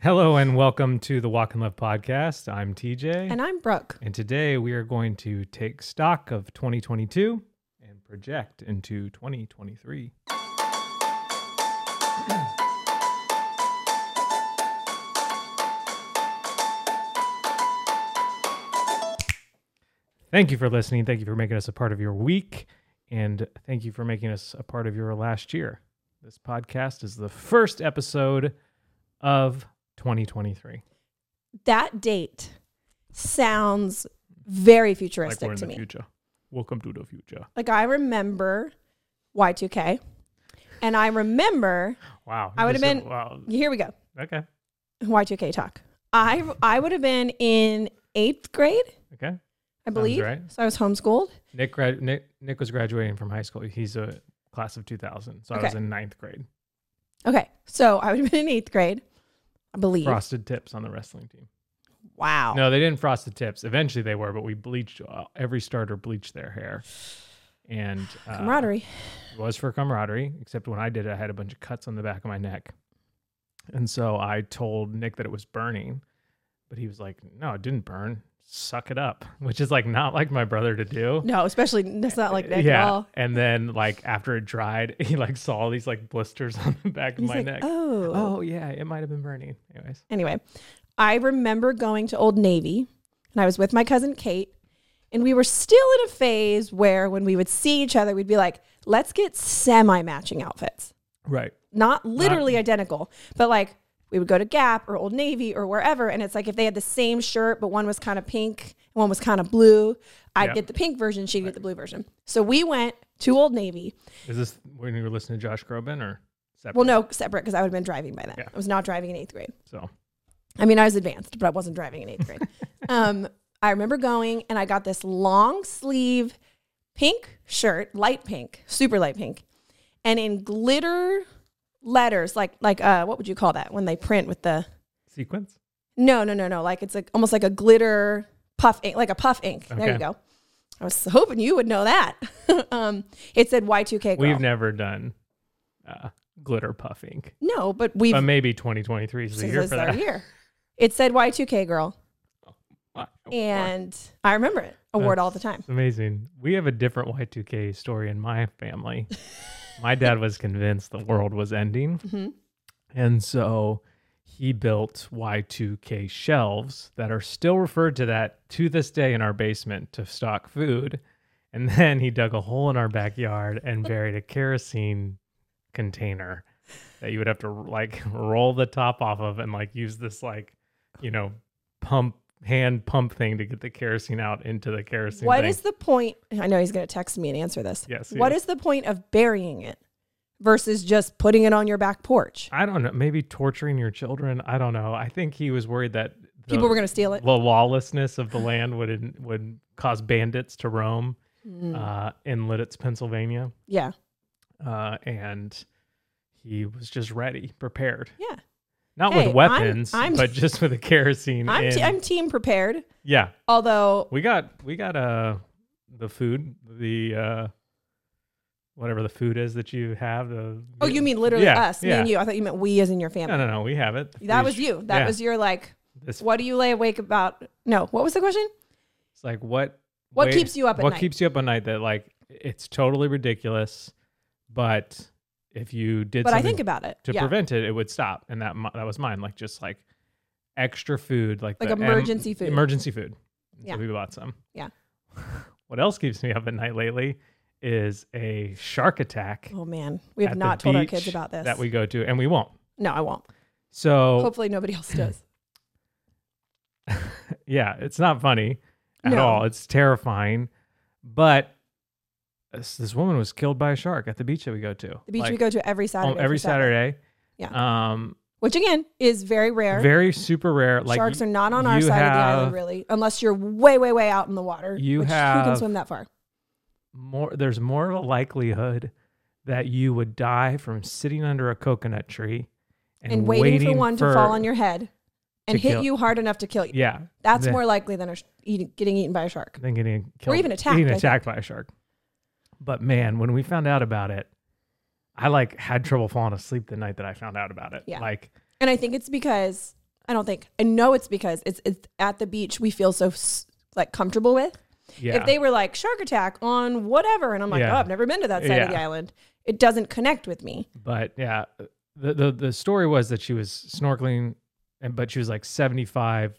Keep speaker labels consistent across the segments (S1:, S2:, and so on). S1: Hello and welcome to the Walk and Love podcast. I'm TJ.
S2: And I'm Brooke.
S1: And today we are going to take stock of 2022 and project into 2023. Thank you for listening. Thank you for making us a part of your week. And thank you for making us a part of your last year. This podcast is the first episode of 2023.
S2: That date sounds very
S1: Like
S2: futuristic
S1: we're in
S2: to
S1: the
S2: me.
S1: future. Welcome to the future.
S2: Like I remember Y2K and I remember,
S1: Wow.
S2: I would've
S1: This is-
S2: been-
S1: Wow.
S2: here we go,
S1: Okay.
S2: Y2K talk. I, I would have been in eighth grade,
S1: Okay.
S2: I believe.
S1: right.
S2: So I was homeschooled.
S1: Nick, grad Nick Nick was graduating from high school. He's a class of 2000. So I was
S2: Okay.
S1: in ninth grade.
S2: Okay. So I would have been in eighth grade, I believe.
S1: Frosted tips on the wrestling team.
S2: Wow.
S1: No, they didn't frost the tips. Eventually they were, but we bleached uh, every starter bleached their hair. And uh,
S2: Camaraderie.
S1: it was for camaraderie, except when I did it, I had a bunch of cuts on the back of my neck. And so I told Nick that it was burning, but he was like, no, it didn't burn. Suck it up, which is like not like my brother to do.
S2: No, especially that's not
S1: Uh,
S2: like Nick at all.
S1: And then like after it dried, he like saw all these like blisters on the back of
S2: He's
S1: my
S2: like,
S1: neck.
S2: oh.
S1: Oh yeah, it might have been burning. Anyways.
S2: Anyway, I remember going to Old Navy and I was with my cousin Kate, and we were still in a phase where when we would see each other, we'd be like, let's get semi matching outfits.
S1: Right.
S2: Not literally identical, but like we would go to Gap or Old Navy or wherever. And it's like if they had the same shirt, but one was kind of pink, and one was kind of blue, I'd
S1: Yep.
S2: get the pink version, she'd get the blue version. So we went to Old Navy.
S1: Is this when you were listening to Josh Groban or separate?
S2: Well, no, separate because I would have been driving by then.
S1: Yeah.
S2: I was not driving in eighth grade.
S1: So
S2: I mean, I was advanced, but I wasn't driving in eighth grade. um, I remember going and I got this long sleeve pink shirt, light pink, super light pink, and in glitter letters, like like uh, what would you call that when they print with the
S1: sequence?
S2: no no no no like it's like almost like a glitter puff ink, like a puff ink. There
S1: Okay.
S2: you go. I was hoping you would know that. um, it said Y two K.
S1: We've never done uh, glitter puffing.
S2: no, but we've
S1: But maybe 2023 is the
S2: since
S1: year
S2: it's
S1: for
S2: our
S1: that.
S2: year. It said Y two K girl,
S1: Wow.
S2: and I remember it. Award all the time.
S1: It's amazing. We have a different Y2K story in my family. my dad was convinced the world was ending. And so he built Y2K shelves that are still referred to that to this day in our basement to stock food. And then he dug a hole in our backyard and buried a kerosene container that you would have to like roll the top off of and like use this like, you know, pump hand pump thing to get the kerosene out into the kerosene.
S2: What
S1: thing.
S2: is the point? I know he's going to text me and answer this.
S1: Yes, he
S2: What
S1: is.
S2: is the point of burying it versus just putting it on your back porch?
S1: I don't know. Maybe torturing your children. I don't know. I think he was worried that the,
S2: People were going to steal it.
S1: the lawlessness of the land would would cause bandits to roam
S2: Mm.
S1: uh, in Lidditz, Pennsylvania,
S2: Yeah.
S1: uh, and he was just ready, prepared,
S2: Yeah.
S1: not with
S2: Hey, I'm-
S1: weapons,
S2: I'm-
S1: but just with the kerosene.
S2: I'm,
S1: and-
S2: t- I'm team prepared.
S1: yeah,
S2: Although,
S1: we got we got uh the food the uh whatever the food is that you have the
S2: oh, you mean literally
S1: Yeah,
S2: us, me and
S1: yeah.
S2: you. I thought you meant we as in your family.
S1: no no no we have it The
S2: That
S1: food's-
S2: was you. That
S1: yeah.
S2: was your like,
S1: This-
S2: what do you lay awake about? No. What was the question?
S1: It's like what
S2: What keeps you up at
S1: what
S2: night?
S1: keeps you up at night that like it's totally ridiculous, but if you did
S2: But I
S1: something
S2: think about it.
S1: to
S2: yeah.
S1: prevent it, it would stop, and that mi- that was mine. Like just like extra food, like
S2: Like
S1: the em-
S2: emergency food.
S1: emergency food. And
S2: Yeah.
S1: so we bought some.
S2: Yeah.
S1: what else keeps me up at night lately is a shark attack.
S2: oh, man. We
S1: at
S2: have
S1: the
S2: not told our
S1: beach
S2: kids about this.
S1: that we Oh. go to, and we won't.
S2: no, I won't.
S1: So
S2: Hopefully, nobody else does.
S1: yeah, it's not funny at
S2: No.
S1: all. It's terrifying. But this, this woman was killed by a shark at the beach that we go to.
S2: The beach we go to every Saturday.
S1: oh, every
S2: for Sabbath,
S1: Saturday. Yeah. Um,
S2: Which, again, is very rare.
S1: very super rare. Like
S2: sharks
S1: y-
S2: are not on our
S1: you
S2: side of the
S1: have-
S2: island really unless you're way way way out in the water
S1: You
S2: which who
S1: have-
S2: can swim that far
S1: more. There's more of a likelihood that you would die from sitting under a coconut tree and,
S2: and, waiting, for one to fall on your head and
S1: to
S2: hit
S1: kill-
S2: you hard enough to kill you
S1: yeah.
S2: that's
S1: than-
S2: more likely than a sh- eating, getting eaten by a shark
S1: than getting killed
S2: even attacked,
S1: getting
S2: I think.
S1: attacked by a shark. But man, when we found out about it, I like had trouble falling asleep the night that I found out about it.
S2: Yeah.
S1: Like
S2: and i think it's because I don't think. I know it's because it's it's at the beach we feel so s- like comfortable with.
S1: Yeah.
S2: If they were like shark attack on whatever, and I'm like,
S1: Yeah.
S2: oh, I've never been to that side of the
S1: Yeah.
S2: island. It doesn't connect with me.
S1: but yeah, the, the the story was that she was snorkeling, and but she was like seventy five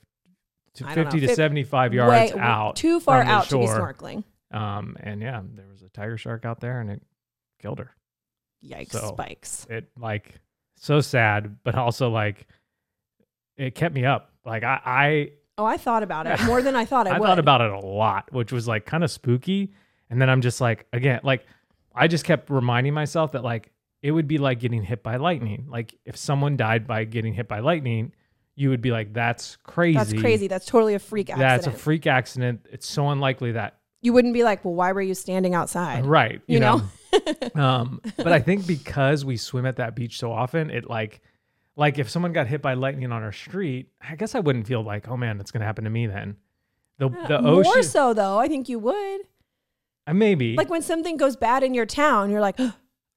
S1: to
S2: I don't know,
S1: fifty to
S2: fif-
S1: seventy five yards
S2: Way-
S1: out,
S2: too far
S1: from the
S2: out to be
S1: shore.
S2: snorkeling.
S1: Um, and yeah, there was a tiger shark out there, and it killed her.
S2: Yikes,
S1: So-
S2: spikes.
S1: It like so sad, but also like it kept me up. Like I I
S2: Oh, I thought about it more than I thought I,
S1: I
S2: would.
S1: thought about it a lot, which was like kind of spooky. And then I'm just like, again, like I just kept reminding myself that like it would be like getting hit by lightning. Like if someone died by getting hit by lightning, you would be like, that's crazy.
S2: That's crazy. That's totally a freak accident.
S1: That's a freak accident. It's so unlikely that
S2: you wouldn't be like, well, why were you standing outside?
S1: right. You,
S2: You
S1: know.
S2: know?
S1: um, but I think because we swim at that beach so often, it like like if someone got hit by lightning on our street, I guess I wouldn't feel like, oh man, it's gonna happen to me then. The the
S2: Uh, More
S1: ocean
S2: so though, I think you would.
S1: uh, maybe
S2: Like when something goes bad in your town, you're like,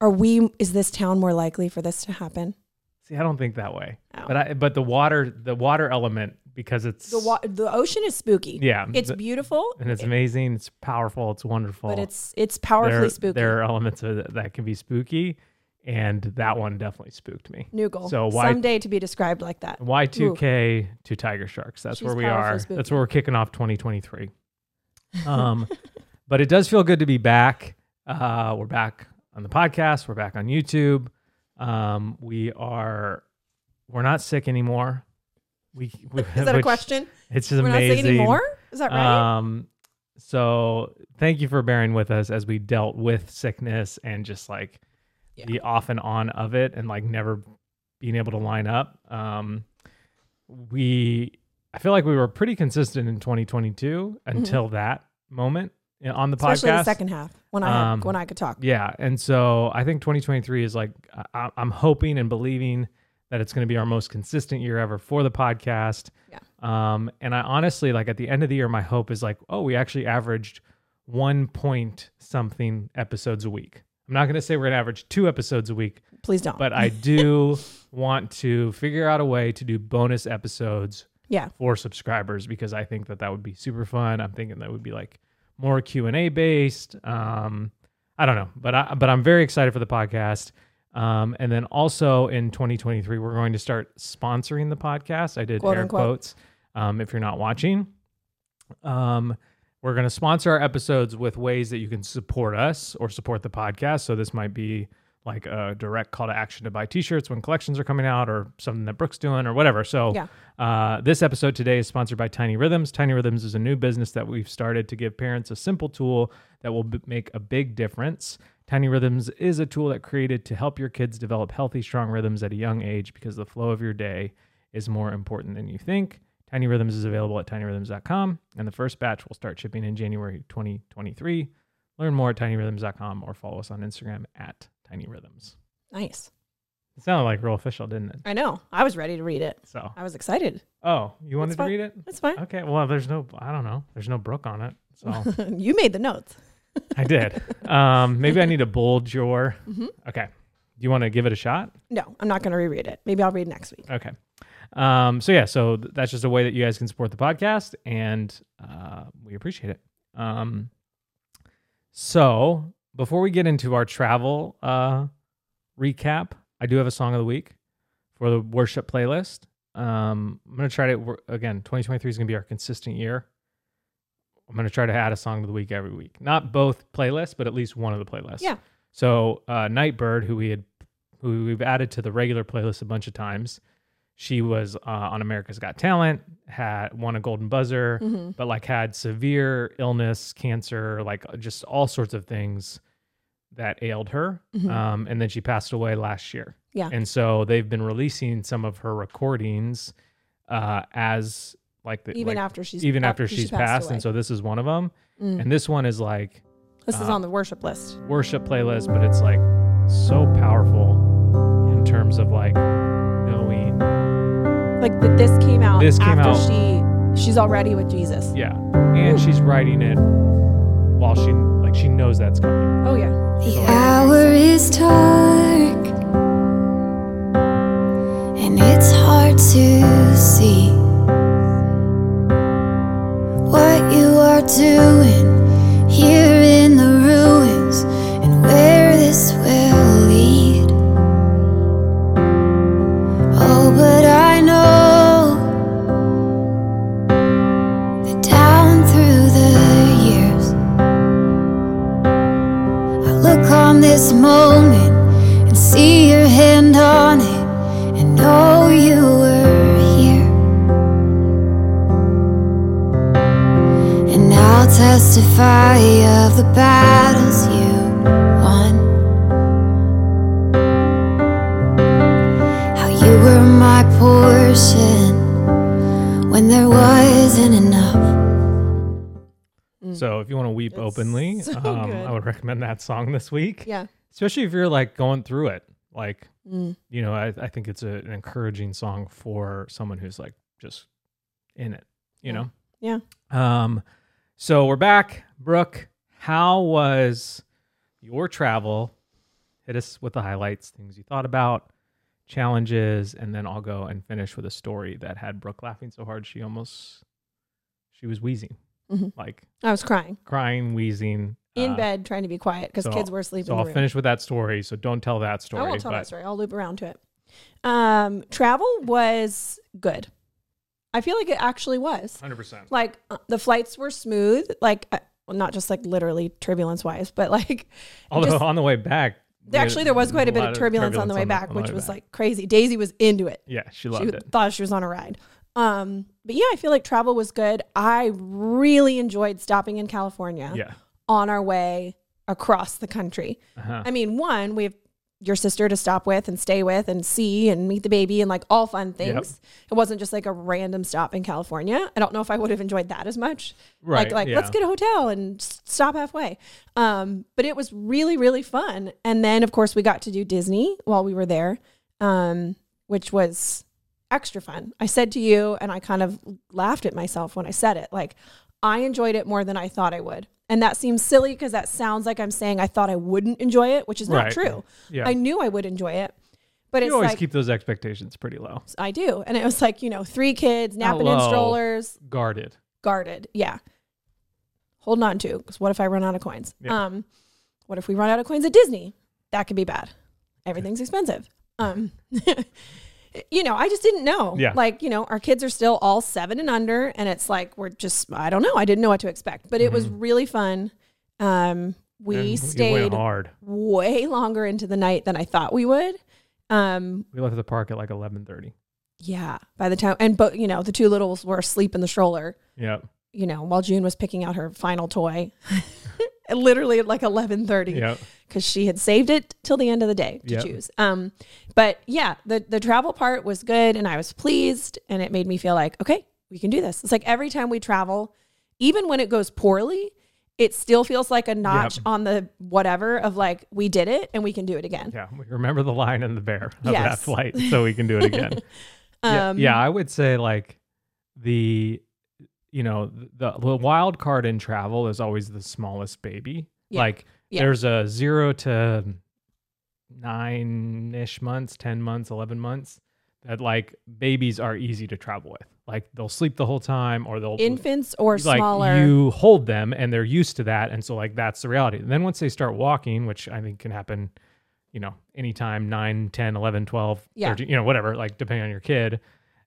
S2: are we? Is this town more likely for this to happen?
S1: See, I don't think that way.
S2: Oh.
S1: But I but the water the water element because it's
S2: The wa- the ocean is spooky.
S1: yeah
S2: it's
S1: th-
S2: beautiful,
S1: and it's amazing. It's powerful. It's wonderful.
S2: but it's it's powerfully
S1: there,
S2: spooky.
S1: There are elements of it that can be spooky, and that one definitely spooked me.
S2: Noogle.
S1: So why-
S2: someday to be described like that?
S1: Y two K to Tiger Sharks. That's
S2: She's
S1: where we
S2: powerfully
S1: are.
S2: spooky.
S1: That's where we're kicking off 2023. Um, but it does feel good to be back. Uh, we're back on the podcast. We're back on YouTube. Um, we are. We're not sick anymore. We, we
S2: Is that a
S1: which-
S2: question?
S1: It's just
S2: We're not
S1: amazing.
S2: saying anymore. Is that right?
S1: Um, so thank you for bearing with us as we dealt with sickness and just like
S2: Yeah.
S1: the off and on of it and like never being able to line up. Um, we, I feel like we were pretty consistent in 2022 until that moment in- on the
S2: Mm-hmm. Especially
S1: podcast.
S2: the second half when I
S1: Um,
S2: when I could talk.
S1: Yeah. And so I think 2023 is like, I, I'm hoping and believing that it's going to be our most consistent year ever for the podcast.
S2: Yeah.
S1: Um, and I honestly, like at the end of the year, my hope is like, oh, we actually averaged one point something episodes a week. I'm not going to say we're going to average two episodes a week,
S2: Please don't.
S1: but I do want to figure out a way to do bonus episodes
S2: yeah.
S1: for subscribers because I think that that would be super fun. I'm thinking that would be like more Q and A based. Um, I don't know, but I but I'm very excited for the podcast. Um, and then also in 2023, we're going to start sponsoring the podcast. I did
S2: Quote,
S1: air
S2: unquote.
S1: quotes. Um, if you're not watching, um, we're going to sponsor our episodes with ways that you can support us or support the podcast. So this might be like a direct call to action to buy t-shirts when collections are coming out or something that Brooke's doing or whatever. So
S2: Yeah.
S1: uh, this episode today is sponsored by Tiny Rhythms. Tiny Rhythms is a new business that we've started to give parents a simple tool that will b- make a big difference. Tiny Rhythms is a tool that created to help your kids develop healthy, strong rhythms at a young age because the flow of your day is more important than you think. Tiny Rhythms is available at tinyrhythms.com, and the first batch will start shipping in January 2023. Learn more at tinyrhythms.com or follow us on Instagram at tinyrhythms.
S2: Nice.
S1: It sounded like real official, didn't it?
S2: I know. I was ready to read it.
S1: So,
S2: I was excited.
S1: oh, you wanted to
S2: fine.
S1: read it?
S2: That's fine.
S1: Okay. Well, there's no, I don't know. There's no Brooke on it. So
S2: you made the notes.
S1: I did. Um, maybe I need to bold your. Okay. Do you want to give it a shot?
S2: No, I'm not going to reread it. Maybe I'll read next week.
S1: Okay. Um, so yeah, so th- that's just a way that you guys can support the podcast, and uh, we appreciate it. Um, so before we get into our travel uh, recap, I do have a song of the week for the worship playlist. Um, I'm gonna try to wor- again. 2023 is gonna be our consistent year. I'm gonna try to add a song of the week every week, not both playlists, but at least one of the playlists.
S2: Yeah.
S1: So uh, Nightbird, who we had, who we've added to the regular playlist a bunch of times, she was uh, on America's Got Talent, had won a Golden Buzzer, but like had severe illness, cancer, like uh, just all sorts of things that ailed her. Um, and then she passed away last year.
S2: Mm-hmm. Yeah.
S1: And so they've been releasing some of her recordings uh, as like the
S2: Even
S1: like,
S2: after she's
S1: even after
S2: she
S1: she's passed,
S2: away. Mm.
S1: and so this is one of them. And this one is like
S2: this
S1: uh,
S2: is on the worship list.
S1: worship playlist, but it's like so powerful in terms of like knowing
S2: Like that this came out
S1: This came
S2: after
S1: out-
S2: she she's already with Jesus.
S1: Yeah. And she's writing it while she like she knows that's coming.
S2: Oh yeah.
S1: So,
S3: The
S1: like,
S3: hour is dark, and it's hard to see what you are doing here in the ruins and where this will lead. Oh, but I know that down through the years, I look on this moment and see your hand on it and know you were here. And I'll testify of the battles you won. How you were my portion when there wasn't enough.
S1: So if you want to weep
S2: It's
S1: openly,
S2: Mm. so
S1: um,
S2: good.
S1: I would recommend that song this week.
S2: Yeah.
S1: Especially if you're like going through it. Like,
S2: Mm.
S1: you know, I, I think it's a, an encouraging song for someone who's like just in it, you know?
S2: Yeah.
S1: Um, so we're back. Brooke, how was your travel? Hit us with the highlights, things you thought about, challenges, and then I'll go and finish with a story that had Brooke laughing so hard she almost she was wheezing.
S2: Mhm.
S1: Like
S2: I was crying
S1: crying, wheezing.
S2: in
S1: uh,
S2: bed trying to be quiet because
S1: so
S2: kids were asleep
S1: So
S2: in the
S1: I'll
S2: room.
S1: finish with that story. So don't tell that story.
S2: I won't tell
S1: but
S2: that story. I'll loop around to it. Um, travel was good. I feel like it actually was.
S1: 100%.
S2: Like uh, the flights were smooth. Like uh, well, not just like literally turbulence wise, but like
S1: Although
S2: just-
S1: on the way back, we had
S2: actually there was quite a bit
S1: lot
S2: of turbulence, on the way back,
S1: on
S2: which
S1: way
S2: was
S1: back.
S2: like crazy. Daisy was into it.
S1: yeah, she
S2: She
S1: loved it.
S2: thought she was on a ride. Um, but yeah, I feel like travel was good. I really enjoyed stopping in California
S1: Yeah,
S2: on our way across the country.
S1: uh-huh.
S2: I mean, one, we have your sister to stop with and stay with and see and meet the baby and like all fun things. It wasn't just like a random stop in California. I don't know if I would have enjoyed that as much.
S1: right.
S2: Like, like
S1: yeah.
S2: let's get a hotel and s- stop halfway. Um, but it was really, really fun. And then, of course, we got to do Disney while we were there, um, which was extra fun. I said to you, and I kind of laughed at myself when I said it. Like, I enjoyed it more than I thought I would. And that seems silly because that sounds like I'm saying I thought I wouldn't enjoy it, which is
S1: Right.
S2: not true.
S1: Yeah.
S2: I knew I would enjoy it, but
S1: you
S2: it's
S1: always
S2: like
S1: keep those expectations pretty low,
S2: I do. And it was like, you know, three kids napping in
S1: Hello.
S2: strollers,
S1: guarded.
S2: guarded. Yeah. Holding on to because what if I run out of coins?
S1: Yeah.
S2: Um, what if we run out of coins at Disney? That could be bad. Everything's expensive. Um, you know, I just didn't know.
S1: Yeah.
S2: Like, you know, our kids are still all seven and under, and it's like we're just I don't know. I didn't know what to expect, but it was
S1: Mm-hmm.
S2: really fun. Um, we
S1: and We
S2: stayed
S1: went hard.
S2: way longer into the night than I thought we would. Um,
S1: We left the park at like eleven thirty.
S2: yeah. By the time and but you know, the two littles were asleep in the stroller
S1: Yeah,
S2: you know, while June was picking out her final toy, literally at like eleven thirty,
S1: yeah.
S2: because she had saved it till the end of the day to
S1: Yep.
S2: choose. Um, but yeah, the the travel part was good, and I was pleased, and it made me feel like okay, we can do this. It's like every time we travel, even when it goes poorly, it still feels like a notch
S1: Yep.
S2: on the whatever of like we did it and we can do it again.
S1: Yeah, we remember the lion and the bear of that
S2: Yes.
S1: flight, so we can do it again. yeah,
S2: Um,
S1: yeah, I would say like the you know the, the wild card in travel is always the smallest baby.
S2: Yeah.
S1: Like
S2: Yeah.
S1: there's a zero to nine ish months, ten months, eleven months that like babies are easy to travel with. Like they'll sleep the whole time, or they'll
S2: Infants or
S1: like
S2: smaller.
S1: you hold them and they're used to that and so like that's the reality and then once they start walking which i think can happen you know anytime 9 10 11 12
S2: Yeah.
S1: 13 you know whatever like depending on your kid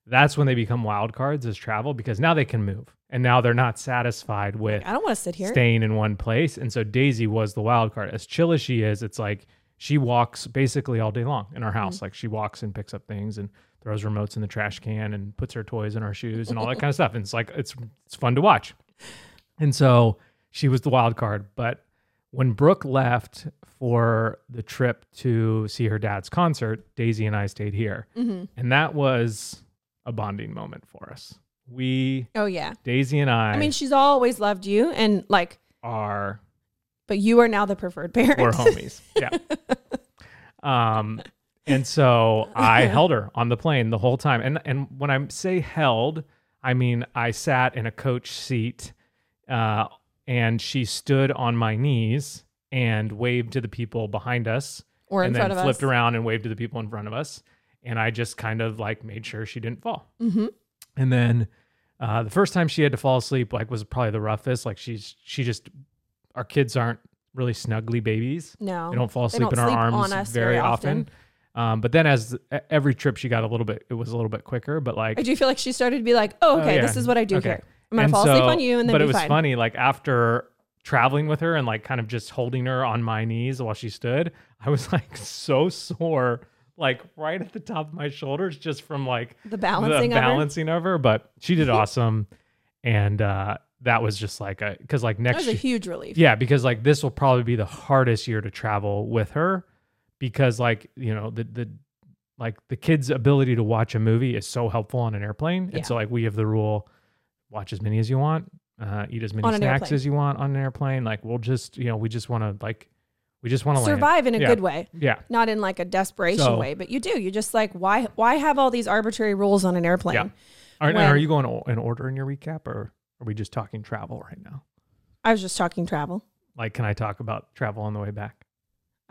S1: that's when they become wild cards is travel because now they can move and now they're not satisfied with
S2: I don't want to sit here.
S1: staying in one place and so daisy was the wild card as chill as she is it's like she walks basically all day long
S2: Mm-hmm.
S1: in our house like she walks and picks up things and throws remotes in the trash can and puts her toys in our shoes and all that kind of stuff and it's like it's it's fun to watch and so she was the wild card. But when Brooke left for the trip to see her dad's concert, Daisy and I stayed here.
S2: Mm-hmm.
S1: And that was a bonding moment for us. We,
S2: Oh yeah.
S1: Daisy and I,
S2: I mean, she's always loved you, and like,
S1: are,
S2: but you are now the preferred parent.
S1: we're homies. Yeah. Um, and so I held her on the plane the whole time. And, and when I say held, I mean, I sat in a coach seat uh, and she stood on my knees and waved to the people behind us
S2: or in
S1: and
S2: front
S1: then
S2: of
S1: flipped
S2: us.
S1: around and waved to the people in front of us and I just kind of like made sure she didn't fall.
S2: Mm-hmm.
S1: And then uh, the first time she had to fall asleep, like was probably the roughest. Like she's she just our kids aren't really snuggly babies.
S2: No.
S1: They don't fall
S2: They
S1: asleep
S2: don't
S1: in our
S2: sleep
S1: arms
S2: on us
S1: very,
S2: very
S1: often. Um, but then as e- every trip she got a little bit, it was a little bit quicker. But like
S2: I do feel like she started to be like, oh, okay,
S1: yeah.
S2: this is what I do
S1: Okay.
S2: here. I'm going
S1: And
S2: to fall asleep
S1: so-
S2: on you and then
S1: but
S2: be
S1: it was
S2: fine.
S1: funny like after traveling with her and like kind of just holding her on my knees while she stood i was like so sore like right at the top of my shoulders just from like
S2: The balancing
S1: the
S2: of her.
S1: balancing of her but she did awesome and uh that was just like a because like
S2: That
S1: next
S2: was a
S1: year,
S2: huge relief.
S1: yeah because like this will probably be the hardest year to travel with her because like you know the the like the kids ability to watch a movie is so helpful on an airplane
S2: Yeah.
S1: and so like we have the rule watch as many as you want uh eat as many
S2: On an
S1: snacks
S2: airplane.
S1: as you want on an airplane like we'll just you know we just want to like we just want to
S2: Survive in a
S1: Yeah.
S2: good way,
S1: yeah
S2: not in like a desperation
S1: So-
S2: way, but you do. You just like, why why have all these arbitrary rules on an airplane?
S1: Yeah. are, and
S2: When-
S1: are you going o- in order in your recap or are we just talking travel right now
S2: I was just talking travel,
S1: like can i talk about travel on the way back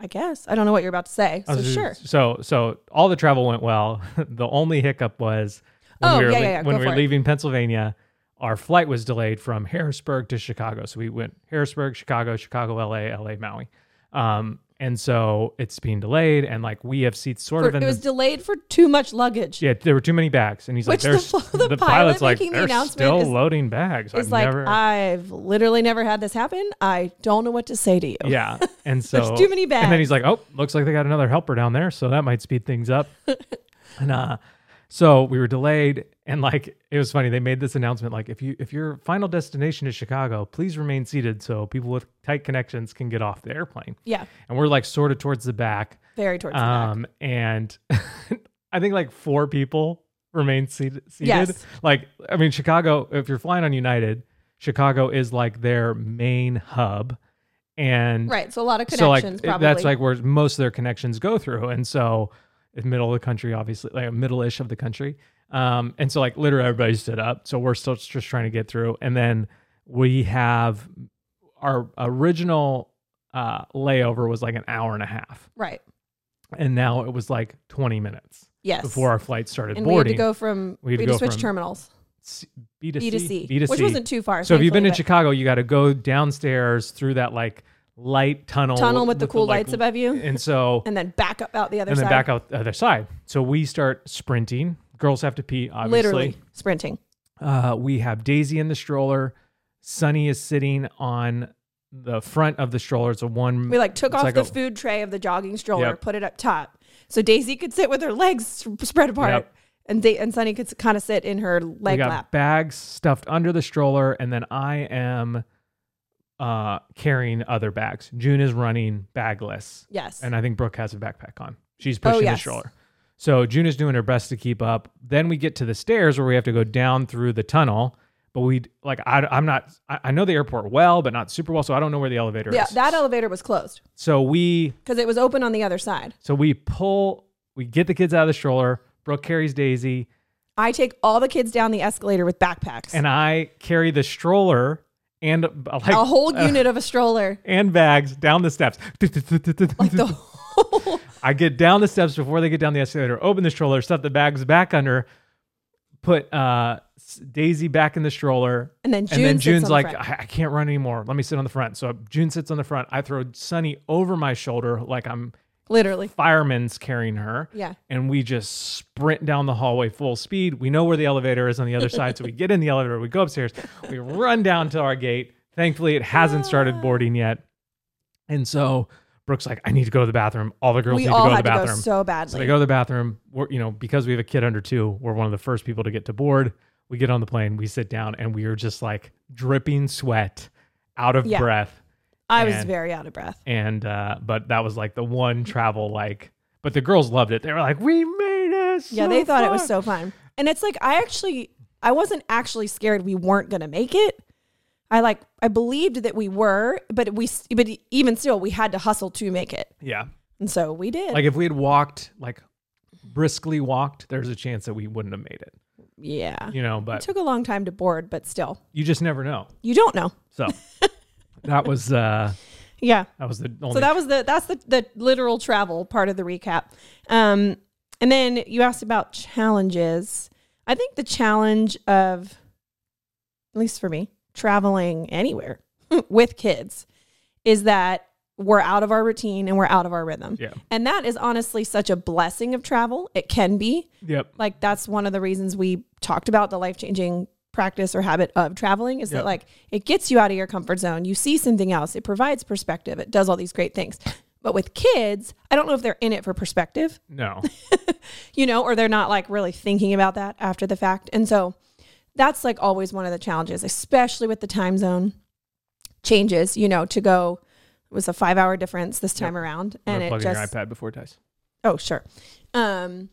S2: I guess. I don't know what you're about to say.
S1: I
S2: So,
S1: was just-
S2: sure.
S1: So so all the travel went well. the only hiccup was when
S2: Oh,
S1: we were
S2: yeah,
S1: lea-
S2: yeah, yeah.
S1: when
S2: Go
S1: we
S2: for
S1: were
S2: it.
S1: leaving Pennsylvania, our flight was delayed from Harrisburg to Chicago. So we went Harrisburg, Chicago, Chicago, LA, LA, Maui. Um, and so it's being delayed, and like we have seats sort
S2: For-
S1: of in
S2: it
S1: the
S2: was delayed for too much luggage.
S1: yeah, there were too many bags, and he's
S2: Which the
S1: like, "There's
S2: fl- the pilot
S1: pilot's like,
S2: making the
S1: they're
S2: announcement
S1: still
S2: is-
S1: loading bags."
S2: It's
S1: I've
S2: like,
S1: never,
S2: I've literally never had this happen. I don't know what to say to you.
S1: Yeah. And so
S2: Oh. There's too many
S1: And then
S2: bags.
S1: he's like, "Oh, looks like they got another helper down there, so that might speed things up." and uh so we were delayed and like it was funny they made this announcement like if you if your final destination is Chicago, please remain seated so people with tight connections can get off the airplane.
S2: Yeah.
S1: And we're like sort of towards the back.
S2: Very towards the back.
S1: Um and I think like four people remain seated. seated.
S2: Yes.
S1: Like I mean Chicago, if you're flying on United, Chicago is like their main hub. And
S2: Right. So a lot of
S1: so like
S2: connections
S1: it-
S2: probably.
S1: that's like where most of their connections go through and so in middle of the country obviously like middle-ish of the country um and so like literally everybody stood up so we're still just trying to get through and then we have our original uh layover was like an hour and a half
S2: right.
S1: and now it was like 20 minutes
S2: Yes.
S1: before our flight started
S2: and we had to
S1: boarding
S2: go from
S1: We
S2: we
S1: had
S2: had,
S1: to
S2: to
S1: go
S2: switch
S1: from
S2: terminals
S1: C- b to
S2: B
S1: c
S2: to C,
S1: B to
S2: which
S1: C.
S2: wasn't too far.
S1: so if you've been
S2: thankfully,
S1: in
S2: but
S1: chicago you got to go downstairs through that like light tunnel
S2: tunnel with the cool
S1: like,
S2: lights above you,
S1: and so
S2: and then back up out the other
S1: and then
S2: side,
S1: back out the other side. So we start sprinting. Girls have to pee, obviously.
S2: literally sprinting.
S1: Uh, we have Daisy in the stroller. Sunny is sitting on the front of the stroller. It's a one.
S2: We like took
S1: it's
S2: off
S1: like
S2: the
S1: a-
S2: food tray of the jogging stroller,
S1: Yep.
S2: put it up top, so Daisy could sit with her legs sp- spread apart,
S1: Yep.
S2: and da- and Sunny could kind of sit in her
S1: we
S2: leg
S1: got
S2: lap.
S1: bags stuffed under the stroller, and then I am uh, carrying other bags. June is running bagless,
S2: Yes,
S1: and I think Brooke has a backpack on. She's
S2: Oh,
S1: pushing the
S2: yes.
S1: stroller. So June is doing her best to keep up. Then we get to the stairs where we have to go down through the tunnel. But we like I, I'm not I, I know the airport well, but not super well, so I don't know where the elevator
S2: yeah,
S1: is.
S2: that elevator was closed
S1: so we
S2: because it was open on the other side.
S1: so we pull we get the kids out of the stroller. Brooke carries Daisy,
S2: I take all the kids down the escalator with backpacks,
S1: and I carry the stroller and uh, like
S2: a whole unit of a stroller,
S1: and bags down the steps.
S2: the whole
S1: I get down the steps before they get down the escalator, open the stroller, stuff the bags back under, put uh, s- Daisy back in the stroller.
S2: And then
S1: and
S2: June
S1: then
S2: sits
S1: June's
S2: on the
S1: like,
S2: front.
S1: I-, I can't run anymore. Let me sit on the front. So June sits on the front. I throw Sunny over my shoulder like I'm
S2: literally.
S1: firemen's carrying her.
S2: Yeah.
S1: And we just sprint down the hallway full speed. We know where the elevator is on the other side. So we get in the elevator, we go upstairs, we run down to our gate. Thankfully, it hasn't
S2: Ah.
S1: started boarding yet. And so Brooke's like, I need to go to the bathroom. All the girls
S2: We
S1: need to go
S2: all
S1: to the
S2: had to go
S1: bathroom. "Oh,
S2: so badly.
S1: So they go to the bathroom. We're, you know, because we have a kid under two, we're one of the first people to get to board. We get on the plane, we sit down, and we are just like dripping sweat, out of
S2: Yeah.
S1: breath.
S2: I was
S1: and-
S2: very out of breath.
S1: And uh, but that was like the one travel like. But the girls loved it. They were like, "We made it!"
S2: Yeah,
S1: so
S2: they thought it was
S1: far."
S2: so fun. And it's like I actually I wasn't actually scared we weren't going to make it. I like I believed that we were, but we s- but e, even still we had to hustle to make it.
S1: Yeah,
S2: And so we did.
S1: like if we had walked, like briskly walked, there's a chance that we wouldn't have made it.
S2: yeah.
S1: You know,
S2: It
S1: but
S2: took a long time to board, but still.
S1: you just never know.
S2: You don't know.
S1: So that was uh
S2: Yeah.
S1: that was the only.
S2: So that was the that's the the literal travel part of the recap. Um And then you asked about challenges. I think the challenge of, at least for me, traveling anywhere with kids is that we're out of our routine and we're out of our rhythm.
S1: Yeah.
S2: And that is honestly such a blessing of travel. It can be.
S1: Yep.
S2: Like that's one of the reasons we talked about the life changing practice or habit of traveling is
S1: Yeah.
S2: that like it gets you out of your comfort zone. You see something else. It provides perspective. It does all these great things. But with kids, I don't know if they're in it for perspective,
S1: No.
S2: you know, or they're not like really thinking about that after the fact. And so that's like always one of the challenges, especially with the time zone changes, you know, to go it was a five hour difference this time around.
S1: I'm
S2: And
S1: gonna
S2: it
S1: plug in your
S2: just
S1: iPad before it dies.
S2: Oh, sure. Um,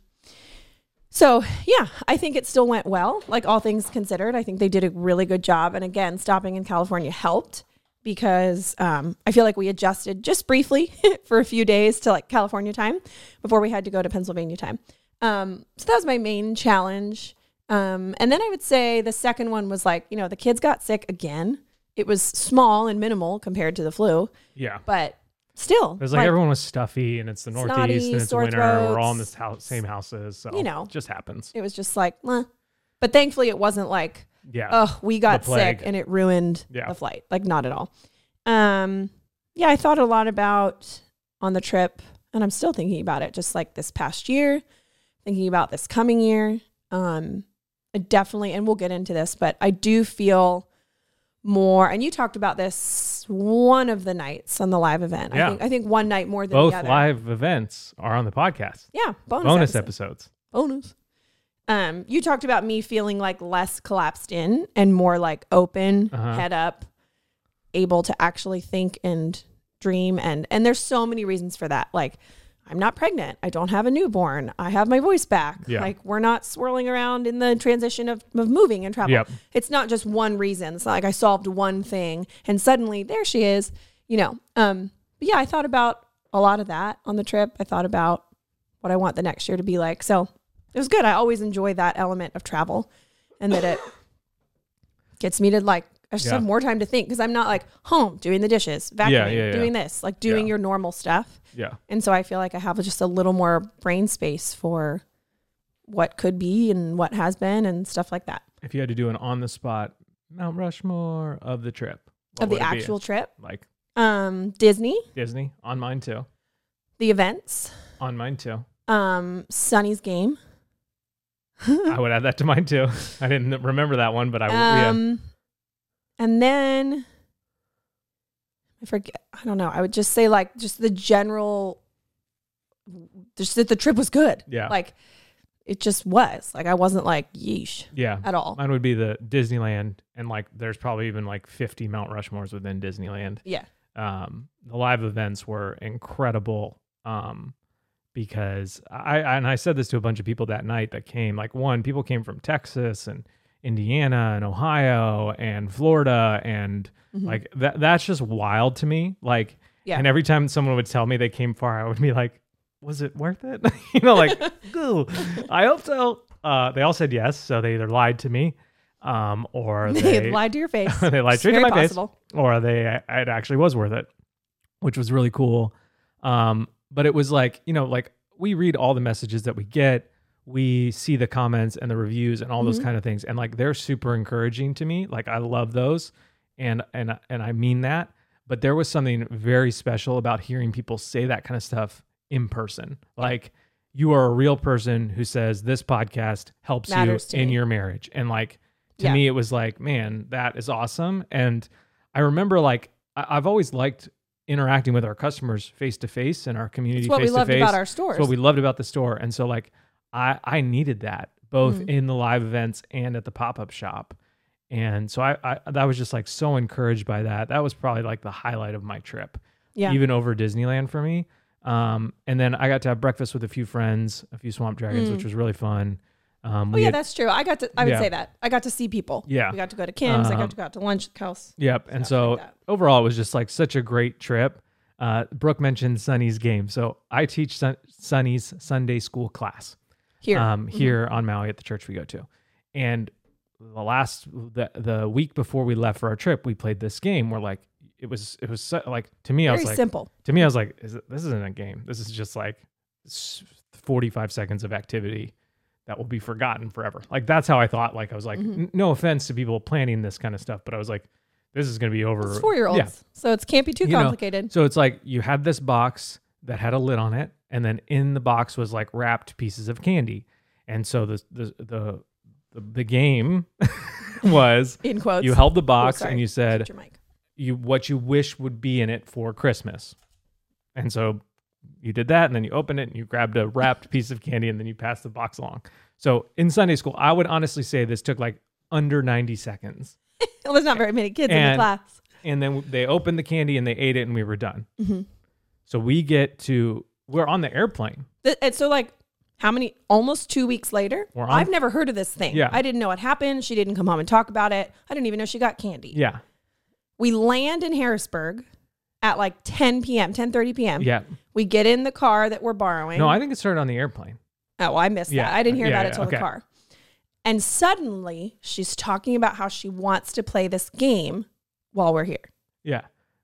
S2: so yeah, I think it still went well. Like all things considered, I think they did a really good job. And again, stopping in California helped because um, I feel like we adjusted just briefly for a few days to like California time before we had to go to Pennsylvania time. Um, so that was my main challenge. Um, and then I would say the second one was like, you know, the kids got sick again. It was small and minimal compared to the flu,
S1: Yeah.
S2: but still,
S1: It's like, everyone was stuffy and it's the
S2: Snotty,
S1: Northeast and it's
S2: sore
S1: winter. We're all in
S2: throats.
S1: this house, same houses. So
S2: You know.
S1: it just happens.
S2: it was just like, meh. but thankfully it wasn't like,
S1: Yeah.
S2: oh, we got
S1: plague.
S2: sick and it ruined
S1: Yeah.
S2: the flight. Like not at all. Um, yeah, I thought a lot about on the trip, and I'm still thinking about it. Just like this past year, thinking about this coming year. Um, I definitely, and we'll get into this, but I do feel more. And you talked about this one of the nights on the live event.
S1: Yeah.
S2: I think I think one night more than
S1: Both
S2: the other.
S1: live events are on the podcast.
S2: yeah, bonus,
S1: Bonus
S2: episode
S1: episodes.
S2: bonus. Um, you talked about me feeling like less collapsed in and more like open,
S1: Uh-huh.
S2: head up, able to actually think and dream and and there's so many reasons for that. Like I'm not pregnant. I don't have a newborn. I have my voice back.
S1: Yeah.
S2: Like we're not swirling around in the transition of, of moving and travel.
S1: Yep.
S2: It's not just one reason. It's not like I solved one thing and suddenly there she is, you know. Um, but yeah, I thought about a lot of that on the trip. I thought about what I want the next year to be like. So it was good. I always enjoy that element of travel and that it gets me to like, I just
S1: Yeah.
S2: have more time to think because I'm not like home doing the dishes, vacuuming,
S1: Yeah, yeah, yeah.
S2: doing this, like doing
S1: Yeah.
S2: your normal stuff.
S1: Yeah.
S2: And so I feel like I have just a little more brain space for what could be and what has been and stuff like that
S1: If you had to do an on the spot Mount Rushmore of the trip, what
S2: of the
S1: would it be?
S2: actual trip.
S1: like
S2: Um, Disney,
S1: Disney on mine too.
S2: the events,
S1: On mine too.
S2: um, Sunny's game.
S1: I would add that to mine too. I didn't remember that one, but I yeah.
S2: Um, and then I forget. I don't know. I would just say like just the general, just that the trip was good.
S1: Yeah.
S2: Like it just was. Like I wasn't like yeesh
S1: yeah.
S2: at all.
S1: Mine would be the Disneyland, and like there's probably even like 50 Mount Rushmores within Disneyland.
S2: Yeah.
S1: Um, the live events were incredible um, because I I- and I said this to a bunch of people that night that came. Like one, people came from Texas and Indiana and Ohio and Florida and like that. That's just wild to me. Like
S2: Mm-hmm. Yeah.
S1: and every time someone would tell me they came far, I would be like, was it worth it? you know, like, "Ooh, I hope so. Uh, they all said yes, so they either lied to me, um, or
S2: They,
S1: they,
S2: lied to your face.
S1: they lied
S2: It's
S1: straight to
S2: very
S1: my face,
S2: possible.
S1: or they it actually was worth it, which was really cool. Um, but it was like you know, like we read all the messages that we get, we see the comments and the reviews and all
S2: Mm-hmm.
S1: those kind of things, and like they're super encouraging to me. Like I love those, and and and I mean that. But there was something very special about hearing people say that kind of stuff in person, like. You are a real person who says this podcast helps you
S2: Matters to
S1: in
S2: me.
S1: your marriage. And like to
S2: Yeah.
S1: me, it was like, man, that is awesome. And I remember like I- I've always liked interacting with our customers face to face and our community
S2: It's what we
S1: face to
S2: loved
S1: face.
S2: about our
S1: It's
S2: stores.
S1: what we loved about the store. And so like I I needed that both
S2: Mm.
S1: in the live events and at the pop-up shop. And so I, I that was just like so encouraged by that. That was probably like the highlight of my trip
S2: yeah.
S1: even over Disneyland for me. Um, and then I got to have breakfast with a few friends, a few swamp dragons, which was really fun. Um,
S2: Mm. oh
S1: we
S2: yeah,
S1: had-
S2: that's true. I got to. I would
S1: Yeah.
S2: say that I got to see people.
S1: Yeah.
S2: We got to go to Kim's. I
S1: Um,
S2: got to go out to lunch at Kels.
S1: Yep. And
S2: stuff
S1: so
S2: like that.
S1: overall, it was just like such a great trip. Uh, Brooke mentioned Sunny's game. So I teach Sun- Sunny's Sunday school class
S2: Here. Mm-hmm.
S1: um, here on Maui at the church we go to. And the last the the week before we left for our trip, we played this game where like it was it was so, like to me I
S2: Very
S1: was like
S2: simple.
S1: to me I was like is it, this isn't a game. This is just like s- 45 seconds of activity that will be forgotten forever. Like that's how I thought. Like I was like, n- no offense to people planning this kind of stuff, but I was like, this is going to be over.
S2: It's four year olds,
S1: Yeah.
S2: so it can't be too
S1: You know,
S2: complicated.
S1: So it's like you had this box that had a lid on it, and then in the box was like wrapped pieces of candy, and so the the the the, the game was
S2: in quotes,
S1: you held the box
S2: sorry.
S1: and you said
S2: Hit your mic.
S1: you what you wish would be in it for Christmas. And so you did that and then you opened it and you grabbed a wrapped piece of candy and then you passed the box along. So in Sunday school, I would honestly say this took like under 90 seconds.
S2: Well, there's not very many kids in the
S1: And-
S2: class.
S1: And then they opened the candy and they ate it and we were done.
S2: Mhm.
S1: So we get to we're on the airplane.
S2: Th- and so like how many almost two weeks later
S1: We're on-
S2: i've never heard of this thing
S1: Yeah.
S2: i didn't know what happened she didn't come home and talk about it i didn't even know she got candy
S1: Yeah.
S2: we land in harrisburg at like 10 p.m 10 30 p.m
S1: Yeah.
S2: we get in the car that we're borrowing
S1: No, I think it started on the airplane.
S2: oh well, i missed
S1: Yeah.
S2: that i didn't hear
S1: Yeah,
S2: about
S1: yeah,
S2: it till
S1: okay.
S2: the car and suddenly she's talking about how she wants to play this game while we're here
S1: Yeah.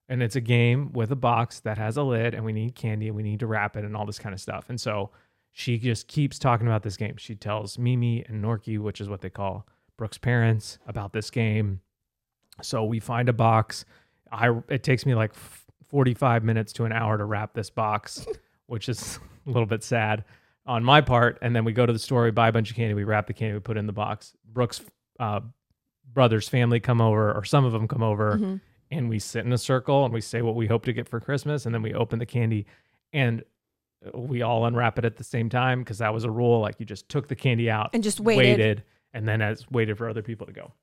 S1: And it's a game with a box that has a lid and we need candy and we need to wrap it and all this kind of stuff. And so she just keeps talking about this game. She tells Mimi and Norky, which is what they call Brooke's parents, about this game. So we find a box. I it takes me like f- 45 minutes to an hour to wrap this box, which is a little bit sad on my part. And then we go to the store, we buy a bunch of candy, we wrap the candy, we put it in the box. Brooke's uh, brother's family come over, or some of them come over, and we sit in a circle and we say what we hope to get for Christmas, and then we open the candy, and we all unwrap it at the same time because that was a rule. Like you just took the candy out
S2: And just waited.
S1: and then as waited for other people to go.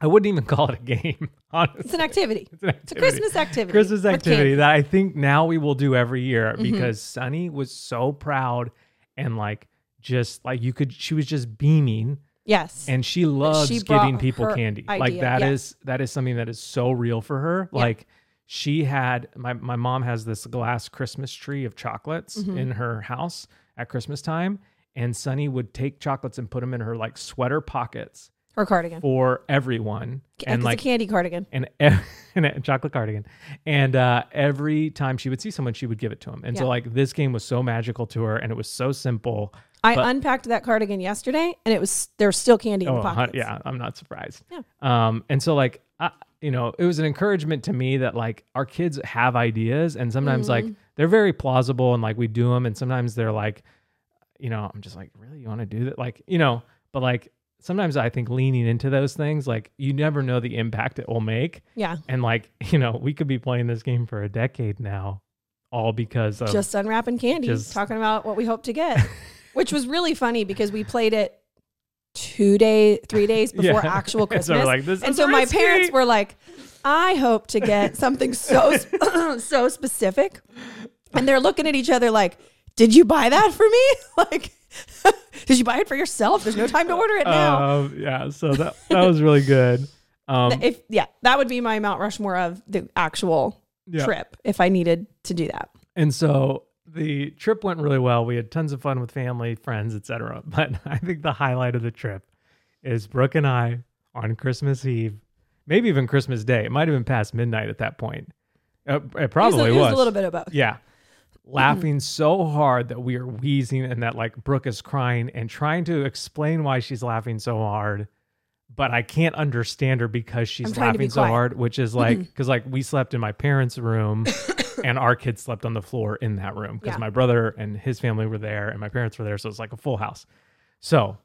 S1: I wouldn't even call it a game, honestly.
S2: it's an activity
S1: It's an
S2: it's a
S1: activity.
S2: christmas activity
S1: Christmas
S2: with
S1: activity
S2: kids. Mm-hmm.
S1: that I think now we will do every year because Sunny was so proud and like just like you could she was just beaming
S2: yes
S1: and she loves
S2: she brought
S1: giving people
S2: her
S1: candy. like
S2: idea,
S1: that is
S2: yeah.
S1: that is something that is so real for her.
S2: Yeah.
S1: Like she had my my mom has this glass Christmas tree of chocolates
S2: Mm-hmm.
S1: in her house at Christmas time and Sunny would take chocolates and put them in her like sweater pockets
S2: her cardigan
S1: for everyone and
S2: it's
S1: like
S2: a candy cardigan
S1: and ev- and a chocolate cardigan. And uh, every time she would see someone, she would give it to him. And so
S2: Yeah.
S1: like this game was so magical to her, and it was so simple.
S2: I
S1: But-
S2: unpacked that cardigan yesterday, and it was there was still candy in
S1: Oh,
S2: the
S1: hun-
S2: pockets.
S1: yeah, I'm not surprised.
S2: Yeah.
S1: Um, and so like I, you know, it was an encouragement to me that like our kids have ideas, and sometimes
S2: Mm.
S1: like they're very plausible, and like we do them, and sometimes they're like, you know, I'm just like, really, you want to do that? Like, you know, but like. Sometimes I think leaning into those things, like you never know the impact it will make.
S2: yeah.
S1: And like, you know, we could be playing this game for a decade now, all because of
S2: Just unwrapping candy,
S1: Just-
S2: talking about what we hope to get, which was really funny because we played it two day, three days before
S1: Yeah.
S2: actual
S1: And
S2: Christmas.
S1: so we're like, "This
S2: And
S1: is
S2: so my
S1: risky."
S2: parents were like, "I hope to get something so sp- so specific," and they're looking at each other like, "Did you buy that for me? like, did you buy it for yourself? There's no time to order it now."
S1: Um, yeah, so that that was really good. Um,
S2: if yeah, that would be my Mount Rushmore of the actual
S1: Yeah.
S2: trip if I needed to do that.
S1: and so the trip went really well. We had tons of fun with family, friends, etc. But I think the highlight of the trip is Brooke and I on Christmas Eve, maybe even Christmas Day. It might have been past midnight at that point. Uh, it
S2: It was a-
S1: probably
S2: it was, a little bit of both.
S1: Yeah. Laughing so hard that we are wheezing and that like Brooke is crying and trying to explain why she's laughing so hard. But I can't understand her because
S2: I'm
S1: she's
S2: trying to be
S1: laughing so
S2: quiet.
S1: hard, which is like, because like we slept in my parents' room and our kids slept on the floor in that room because
S2: Yeah.
S1: my brother and his family were there and my parents were there. So it's like a full house. So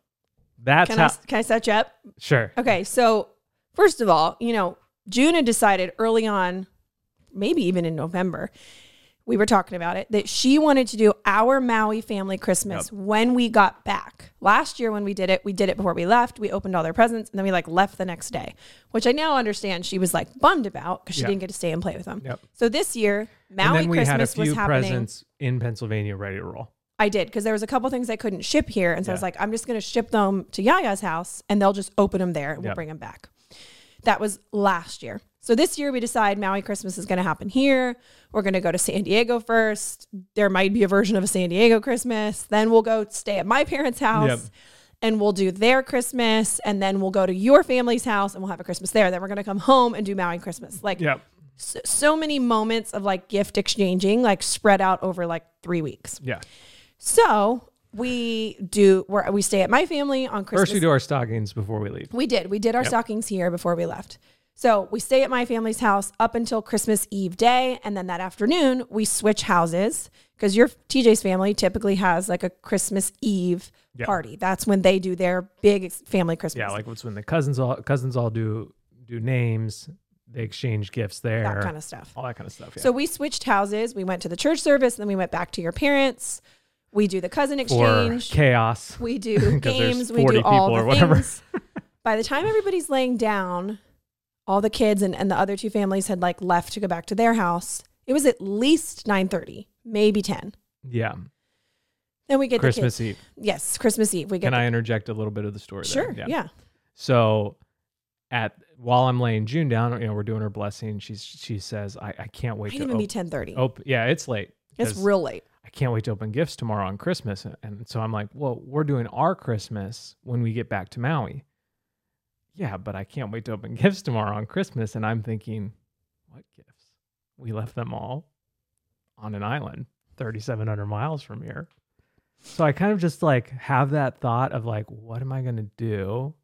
S1: that's
S2: Can
S1: how,
S2: I can I set you up?
S1: sure.
S2: Okay, so first of all, you know, Juna decided early on, maybe even in November, we were talking about it that she wanted to do our Maui family Christmas when we got back. Last year when we did it, we did it before we left. We opened all their presents and then we like left the next day, which I now understand she was like bummed about because she
S1: Yeah.
S2: didn't get to stay and play with them.
S1: Yep.
S2: So this year,
S1: and
S2: Maui
S1: then we
S2: Christmas
S1: had a
S2: was
S1: few
S2: happening.
S1: presents in Pennsylvania ready to roll.
S2: I did because there was a couple things I couldn't ship here, and so I was
S1: Yeah.
S2: like, I'm just going to ship them to Yaya's house, and they'll just open them there, and we'll
S1: Yep.
S2: bring them back. That was last year. So this year we decide Maui Christmas is going to happen here. We're going to go to San Diego first. There might be a version of a San Diego Christmas. Then we'll go stay at my parents' house.
S1: Yep.
S2: And we'll do their Christmas, and then we'll go to your family's house, and we'll have a Christmas there. Then we're gonna come home and do Maui Christmas. Like
S1: Yep.
S2: so, so many moments of like gift exchanging, like spread out over like three weeks.
S1: Yeah.
S2: So we do. We're, we stay at my family on Christmas.
S1: First, we do our stockings before we leave.
S2: We did. We did our stockings here before we left. So we stay at my family's house up until Christmas Eve day, and then that afternoon we switch houses because your TJ's family typically has like a Christmas Eve
S1: Yeah.
S2: party. That's when they do their big ex- family Christmas.
S1: Yeah, like what's when the cousins all cousins all do do names, they exchange gifts there,
S2: that kind of stuff.
S1: all that kind of stuff. Yeah.
S2: So we switched houses. We went to the church service, then we went back to your parents. We do the cousin
S1: for
S2: exchange.
S1: chaos,
S2: We do
S1: 'Cause there's
S2: games. We
S1: 40
S2: do all
S1: people
S2: the
S1: or whatever.
S2: things. By the time everybody's laying down, all the kids and, and the other two families had like left to go back to their house. It was at least nine thirty, maybe ten.
S1: yeah,
S2: Then we get
S1: Christmas
S2: The
S1: Eve.
S2: kids. Yes, Christmas Eve. We get
S1: Can
S2: the,
S1: I interject a little bit of the story? there?
S2: sure. Yeah.
S1: So at while I'm laying June down, you know, we're doing her blessing. She's she says, I, I can't
S2: Might
S1: wait oh,
S2: even
S1: to
S2: be
S1: open.
S2: ten thirty.
S1: Op- yeah, it's late.
S2: it's
S1: 'cause
S2: real late.
S1: I can't wait to open gifts tomorrow on Christmas. And so I'm like, well, we're doing our Christmas when we get back to Maui. Yeah, but I can't wait to open gifts tomorrow on Christmas. And I'm thinking, what gifts? We left them all on an island 3,700 miles from here. So I kind of just like have that thought of like, what am I going to do?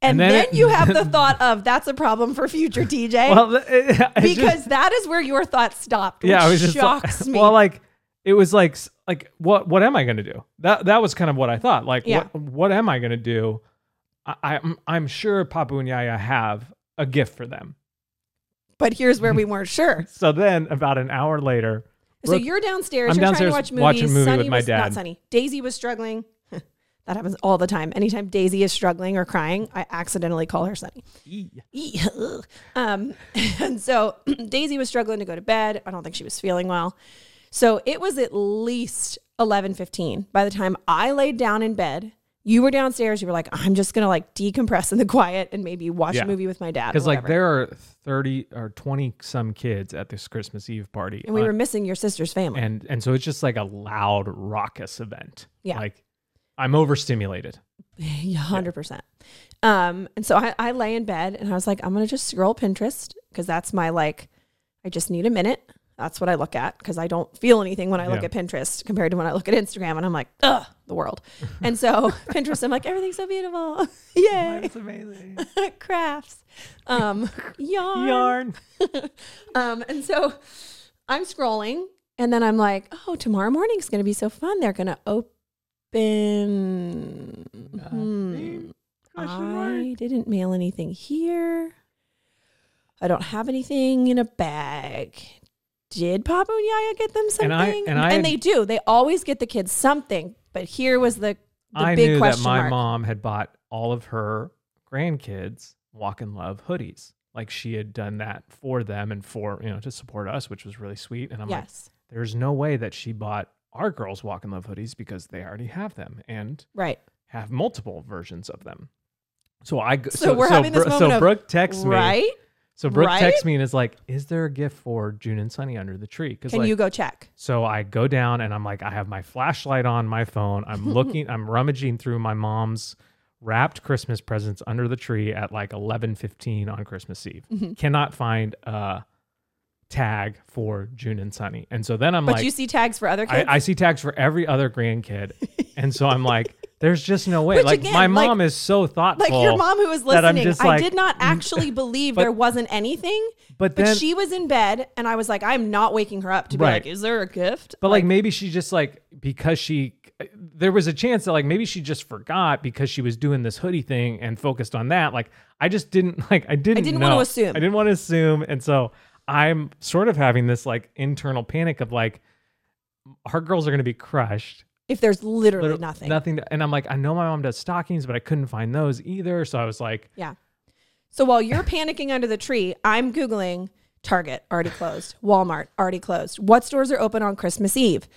S2: And,
S1: And
S2: then,
S1: then it-
S2: you have the thought of that's a problem for future DJ.
S1: Well, th- it- I just-
S2: because that is where your thought stopped. Which
S1: yeah, I was just like-
S2: shocks me.
S1: Well, like it was like s- like what what am I going to do? That that was kind of what I thought. Like
S2: Yeah.
S1: what what am I going to do? I, I'm I'm sure Papu and Yaya have a gift for them.
S2: but here's where we weren't sure.
S1: So then about an hour later,
S2: So
S1: Brooke-
S2: you're downstairs.
S1: I'm
S2: you're
S1: downstairs
S2: trying to watch movies.
S1: watching a movie
S2: Sunny
S1: with my
S2: was, Not
S1: dad.
S2: Sunny. Daisy was struggling. that happens all the time. Anytime Daisy is struggling or crying, I accidentally call her Sunny. Eee, ugh. um, and so Daisy was struggling to go to bed. I don't think she was feeling well. So it was at least 11:15 by the time I laid down in bed. You were downstairs. You were like, I'm just gonna like decompress in the quiet and maybe watch
S1: Yeah.
S2: a movie with my dad. or
S1: because like
S2: whatever.
S1: there are thirty or twenty some kids at this Christmas Eve party,
S2: and we
S1: on-
S2: were missing your sister's family.
S1: and and so it's just like a loud raucous event.
S2: Yeah.
S1: like I'm overstimulated.
S2: Yeah, hundred percent. Um, and so I, I lay in bed and I was like, I'm gonna just scroll Pinterest because that's my like, I just need a minute. That's what I look at because I don't feel anything when I look
S1: Yeah.
S2: at Pinterest compared to when I look at Instagram and I'm like, ugh, the world. And so Pinterest, I'm like, everything's so beautiful, yay,
S1: It's amazing.
S2: crafts, um, yarn,
S1: Yarn.
S2: um, and so I'm scrolling, and then I'm like, oh, tomorrow morning's going to be so fun. They're going to open.
S1: Uh,
S2: Hmm. I didn't mail anything here. I don't have anything in a bag. Did Papa and Yaya get them something?
S1: And I- and I had-
S2: they do. They always get the kids something. But here was the, the
S1: I
S2: big
S1: knew that
S2: question
S1: my
S2: mark.
S1: mom had bought all of her grandkids walk in love hoodies. Like she had done that for them and for, you know, to support us, which was really sweet. And I'm like,
S2: yes,
S1: there's no way that she bought our girls walk in love hoodies because they already have them and
S2: right.
S1: have multiple versions of them. So I go-
S2: So we're having this
S1: Bro-
S2: moment
S1: so
S2: of,
S1: Brooke texts me.
S2: Right?
S1: So Brooke
S2: Right?
S1: texts me and is like, "Is there a gift for June and Sunny under the tree?" Because
S2: Can
S1: like,
S2: you go check?
S1: so I go down and I'm like, I have my flashlight on my phone. I'm looking, I'm rummaging through my mom's wrapped Christmas presents under the tree at like 11:15 on Christmas Eve.
S2: Mm-hmm.
S1: Cannot find a tag for June and Sunny. And so then I'm
S2: But
S1: like,
S2: you see tags for other kids.
S1: I, I see tags for every other grandkid, and so I'm like, there's just no way.
S2: Which
S1: like
S2: again,
S1: my
S2: like-
S1: mom is so thoughtful.
S2: like your mom who was
S1: that I'm
S2: listening
S1: just
S2: i
S1: like- mm,
S2: did not actually believe there wasn't anything
S1: but
S2: but,
S1: then,
S2: she was in bed and i was like i'm not waking her up to be
S1: Right.
S2: like is there a gift
S1: But like, maybe she just like because she uh, there was a chance that like maybe she just forgot because she was doing this hoodie thing and focused on that. Like I just didn't like I didn't
S2: didn't
S1: know.
S2: wanna assume.
S1: I didn't want to assume. And so I'm sort of having this like internal panic of like our girls are gonna be crushed.
S2: if there's literally
S1: Literally
S2: nothing
S1: Nothing to- and I'm like, I know my mom does stockings, but I couldn't find those either. So I was like,
S2: yeah so while you're panicking under the tree i'm googling target already closed walmart already closed what stores are open on christmas eve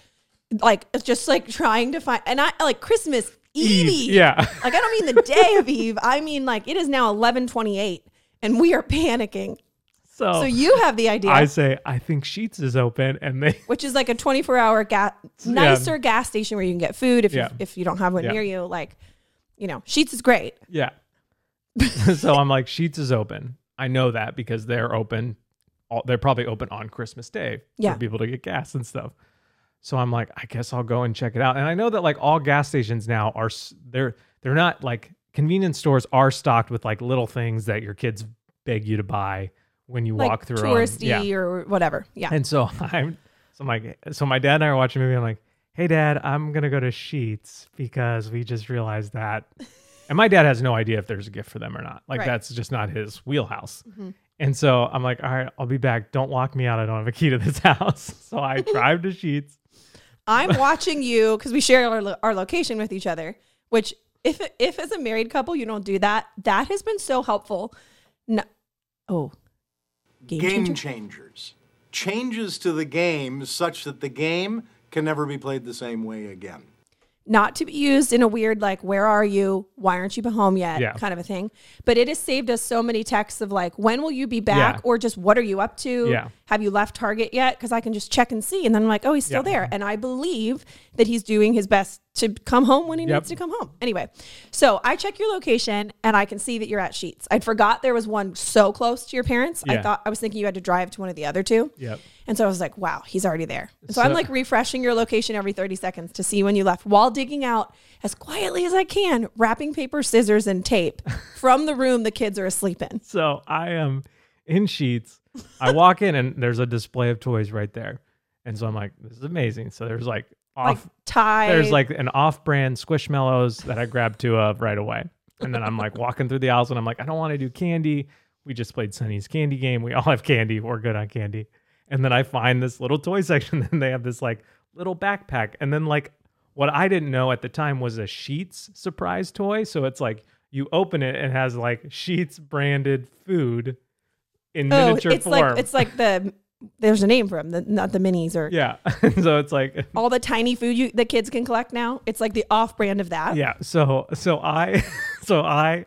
S2: like it's just like trying to find and i like christmas eve,
S1: Eve. Yeah.
S2: Like I don't mean the day of Eve. I mean like it is now 11:28 and we are panicking.
S1: So,
S2: So you have the idea.
S1: Oh. I say, I think Sheets is open and they
S2: which is like a 24 hour ga- nicer gas station where you can get food if
S1: Yeah.
S2: you, if you don't have one
S1: Yeah.
S2: near you like you know sheets is great
S1: Yeah. so I'm like, Sheets is open. I know that because they're open. all- They're probably open on Christmas Day
S2: Yeah.
S1: for people to get gas and stuff. So I'm like, I guess I'll go and check it out. And I know that like all gas stations now are s- they're they're not like convenience stores are stocked with like little things that your kids beg you to buy when you
S2: like
S1: walk through 'em.
S2: touristy
S1: Yeah.
S2: or whatever. Yeah.
S1: And so I'm so I'm like so my dad and I are watching a movie. I'm like, hey dad, I'm gonna go to Sheets because we just realized that. And my dad has no idea if there's a gift for them or not. Like
S2: Right. Mm-hmm.
S1: that's just not his wheelhouse. And so I'm like, all right, I'll be back. Don't lock me out. I don't have a key to this house. So I drive to Sheets.
S2: I'm watching you because we share our, lo- our location with each other, which if if as a married couple you don't do that, that has been so helpful. No, oh, game,
S4: game
S2: changer.
S4: changers. Changes to the game such that the game can never be played the same way again.
S2: not to be used in a weird like where are you why aren't you home yet
S1: Yeah.
S2: kind of a thing but it has saved us so many texts of like when will you be back
S1: Yeah.
S2: or just what are you up to
S1: Yeah.
S2: have you left target yet because i can just check and see and then i'm like oh he's still
S1: Yeah.
S2: there and i believe that he's doing his best to come home when he
S1: Yep.
S2: needs to come home anyway so i check your location and i can see that you're at sheets i forgot there was one so close to your parents i
S1: Yeah.
S2: thought i was thinking you had to drive to one of the other two
S1: Yep.
S2: and so I was like, wow, he's already there. And so, I'm
S1: So-
S2: like refreshing your location every 30 seconds to see when you left while digging out as quietly as I can, wrapping paper, scissors, and tape from the room the kids are asleep in.
S1: So I am in Sheets. I walk in and there's a display of toys right there. And so I'm like, this is amazing. So there's like
S2: Like
S1: off
S2: tie.
S1: there's like an off-brand squishmallows that I grabbed two of right away. And then I'm like walking through the aisles and I'm like, I don't want to do candy. We just played Sunny's candy game. We all have candy. We're good on candy. And then I find this little toy section and they have this like little backpack. And then like what I didn't know at the time was a Sheets surprise toy. So it's like you open it and it has like Sheets branded food in
S2: oh,
S1: miniature
S2: it's
S1: form.
S2: like, it's like the, there's a name for them, the, not the minis or
S1: yeah. so it's like
S2: all the tiny food you the kids can collect now. It's like the off brand of that.
S1: yeah so so i so i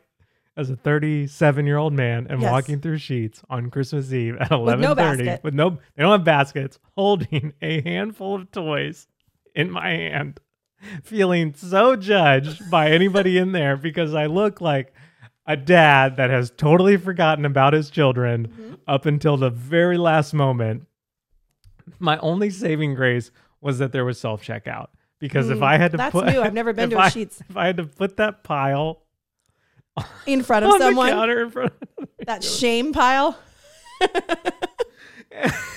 S1: as a 37 year old man am
S2: Yes.
S1: walking through sheets on christmas eve at
S2: no
S1: 11.30
S2: basket.
S1: with no they don't have baskets holding a handful of toys in my hand feeling so judged by anybody in there because i look like a dad that has totally forgotten about his children
S2: Mm-hmm.
S1: up until the very last moment my only saving grace was that there was self checkout because if I had to
S2: Mm, that's
S1: put
S2: new. I've never been
S1: if
S2: to a
S1: I-
S2: Sheetz.
S1: If I had to put that pile
S2: In front of
S1: on the
S2: someone,
S1: counter in front of
S2: that shame pile.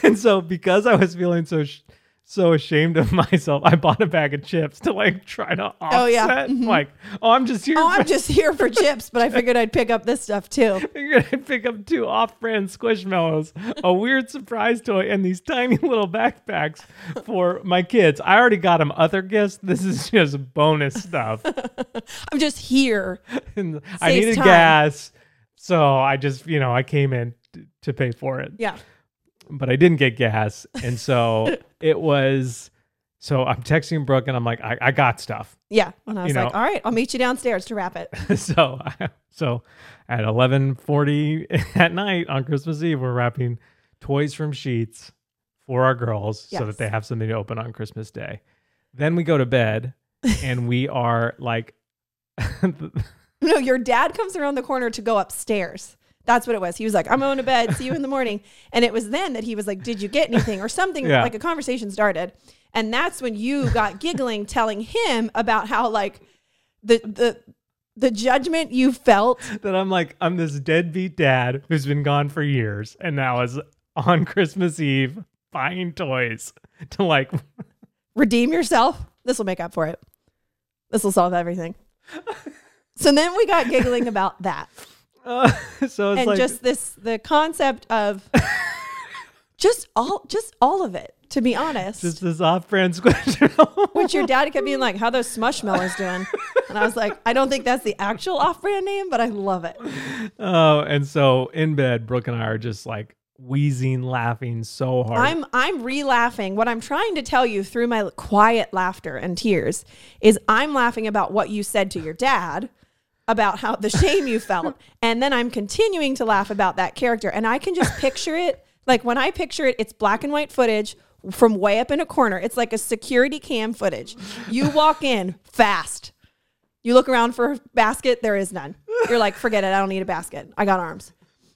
S1: and so because I was feeling so sh- so ashamed of myself, I bought a bag of chips to like try to offset.
S2: yeah. Mm-hmm.
S1: Like, oh, I'm just here.
S2: Oh,
S1: for-
S2: I'm just here for chips, but I figured I'd pick up this stuff too.
S1: You're gonna pick up two off-brand squishmallows, a weird surprise toy, and these tiny little backpacks for my kids. I already got them other gifts. This is just bonus stuff.
S2: I'm just here.
S1: And I
S2: Saves
S1: needed
S2: time.
S1: gas, so I just you know I came in t- to pay for it.
S2: Yeah.
S1: but I didn't get gas. And so it was, so I'm texting Brooke and I'm like, I, I got stuff.
S2: Yeah. And I was
S1: You know-
S2: like, all right, I'll meet you downstairs to wrap it.
S1: so, I, so at 11:40 at night on Christmas Eve, we're wrapping toys from sheets for our girls so
S2: Yes.
S1: that they have something to open on Christmas Day. Then we go to bed and we are like,
S2: No, your dad comes around the corner to go upstairs. That's what it was. He was like, I'm going to bed. See you in the morning. And it was then that he was like, Did you get anything or something?
S1: Yeah.
S2: Like a conversation started. And that's when you got giggling, telling him about how, like, the, the, the judgment you felt
S1: that I'm like, I'm this deadbeat dad who's been gone for years and now is on Christmas Eve buying toys to like
S2: redeem yourself. This will make up for it. This will solve everything. so then we got giggling about that.
S1: Uh, so it's
S2: and
S1: like
S2: just this the concept of just all just all of it to be honest
S1: just this off-brand squishmallow.
S2: which your dad kept being like how those smushmallows doing and i was like i don't think that's the actual off-brand name but i love it
S1: oh, and so in bed, Brooke and I are just like wheezing, laughing so hard.
S2: i'm i'm re-laughing what i'm trying to tell you through my quiet laughter and tears is i'm laughing about what you said to your dad about how the shame you felt and then i'm continuing to laugh about that character and i can just picture it like when i picture it it's black and white footage from way up in a corner it's like a security cam footage you walk in fast you look around for a basket there is none you're like forget it i don't need a basket i got arms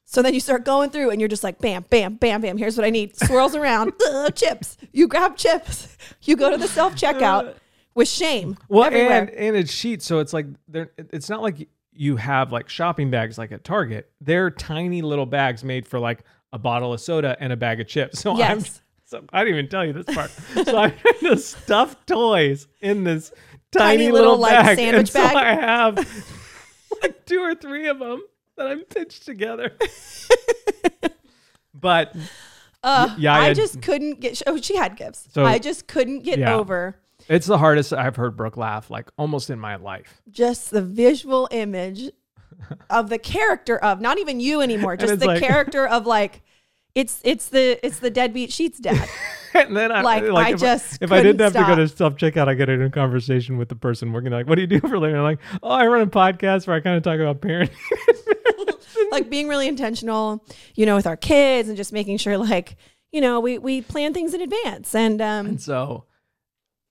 S2: So then you start going through and you're just like, bam, bam, bam, bam. Here's what I need. Swirls around. Ugh, chips. You grab chips. You go to the self checkout with shame.
S1: Uh. Well,
S2: everywhere.
S1: and and it's sheets, so it's like they're. It's not like you have like shopping bags like at Target. They're tiny little bags made for like a bottle of soda and a bag of chips. So I'm.
S2: Yes.
S1: So I didn't even tell you this part. so I'm trying to stuff toys in this tiny,
S2: Tiny
S1: little,
S2: little,
S1: bag,
S2: like, sandwich
S1: and so
S2: bag.
S1: I have like two or three of them that I'm pitched together. but
S2: Ugh,
S1: yeah, I
S2: Uh, I
S1: had-
S2: just couldn't get. Oh, she had gifts.
S1: So-
S2: I just couldn't get
S1: Yeah.
S2: over
S1: it's the hardest I've heard Brooke laugh like almost in my life.
S2: just the visual image of the character of not even you anymore, just
S1: it's
S2: the
S1: like-
S2: character of like. It's it's the it's the deadbeat sheets dad.
S1: and then I
S2: Like, I
S1: if
S2: just
S1: if I didn't have
S2: couldn't
S1: to go to self checkout, I get into a conversation with the person working. Like, what do you do for a living? I'm like, oh, I run a podcast where I kind of talk about parenting.
S2: like being really intentional, you know, with our kids and just making sure like, you know, we we plan things in advance. And um
S1: and so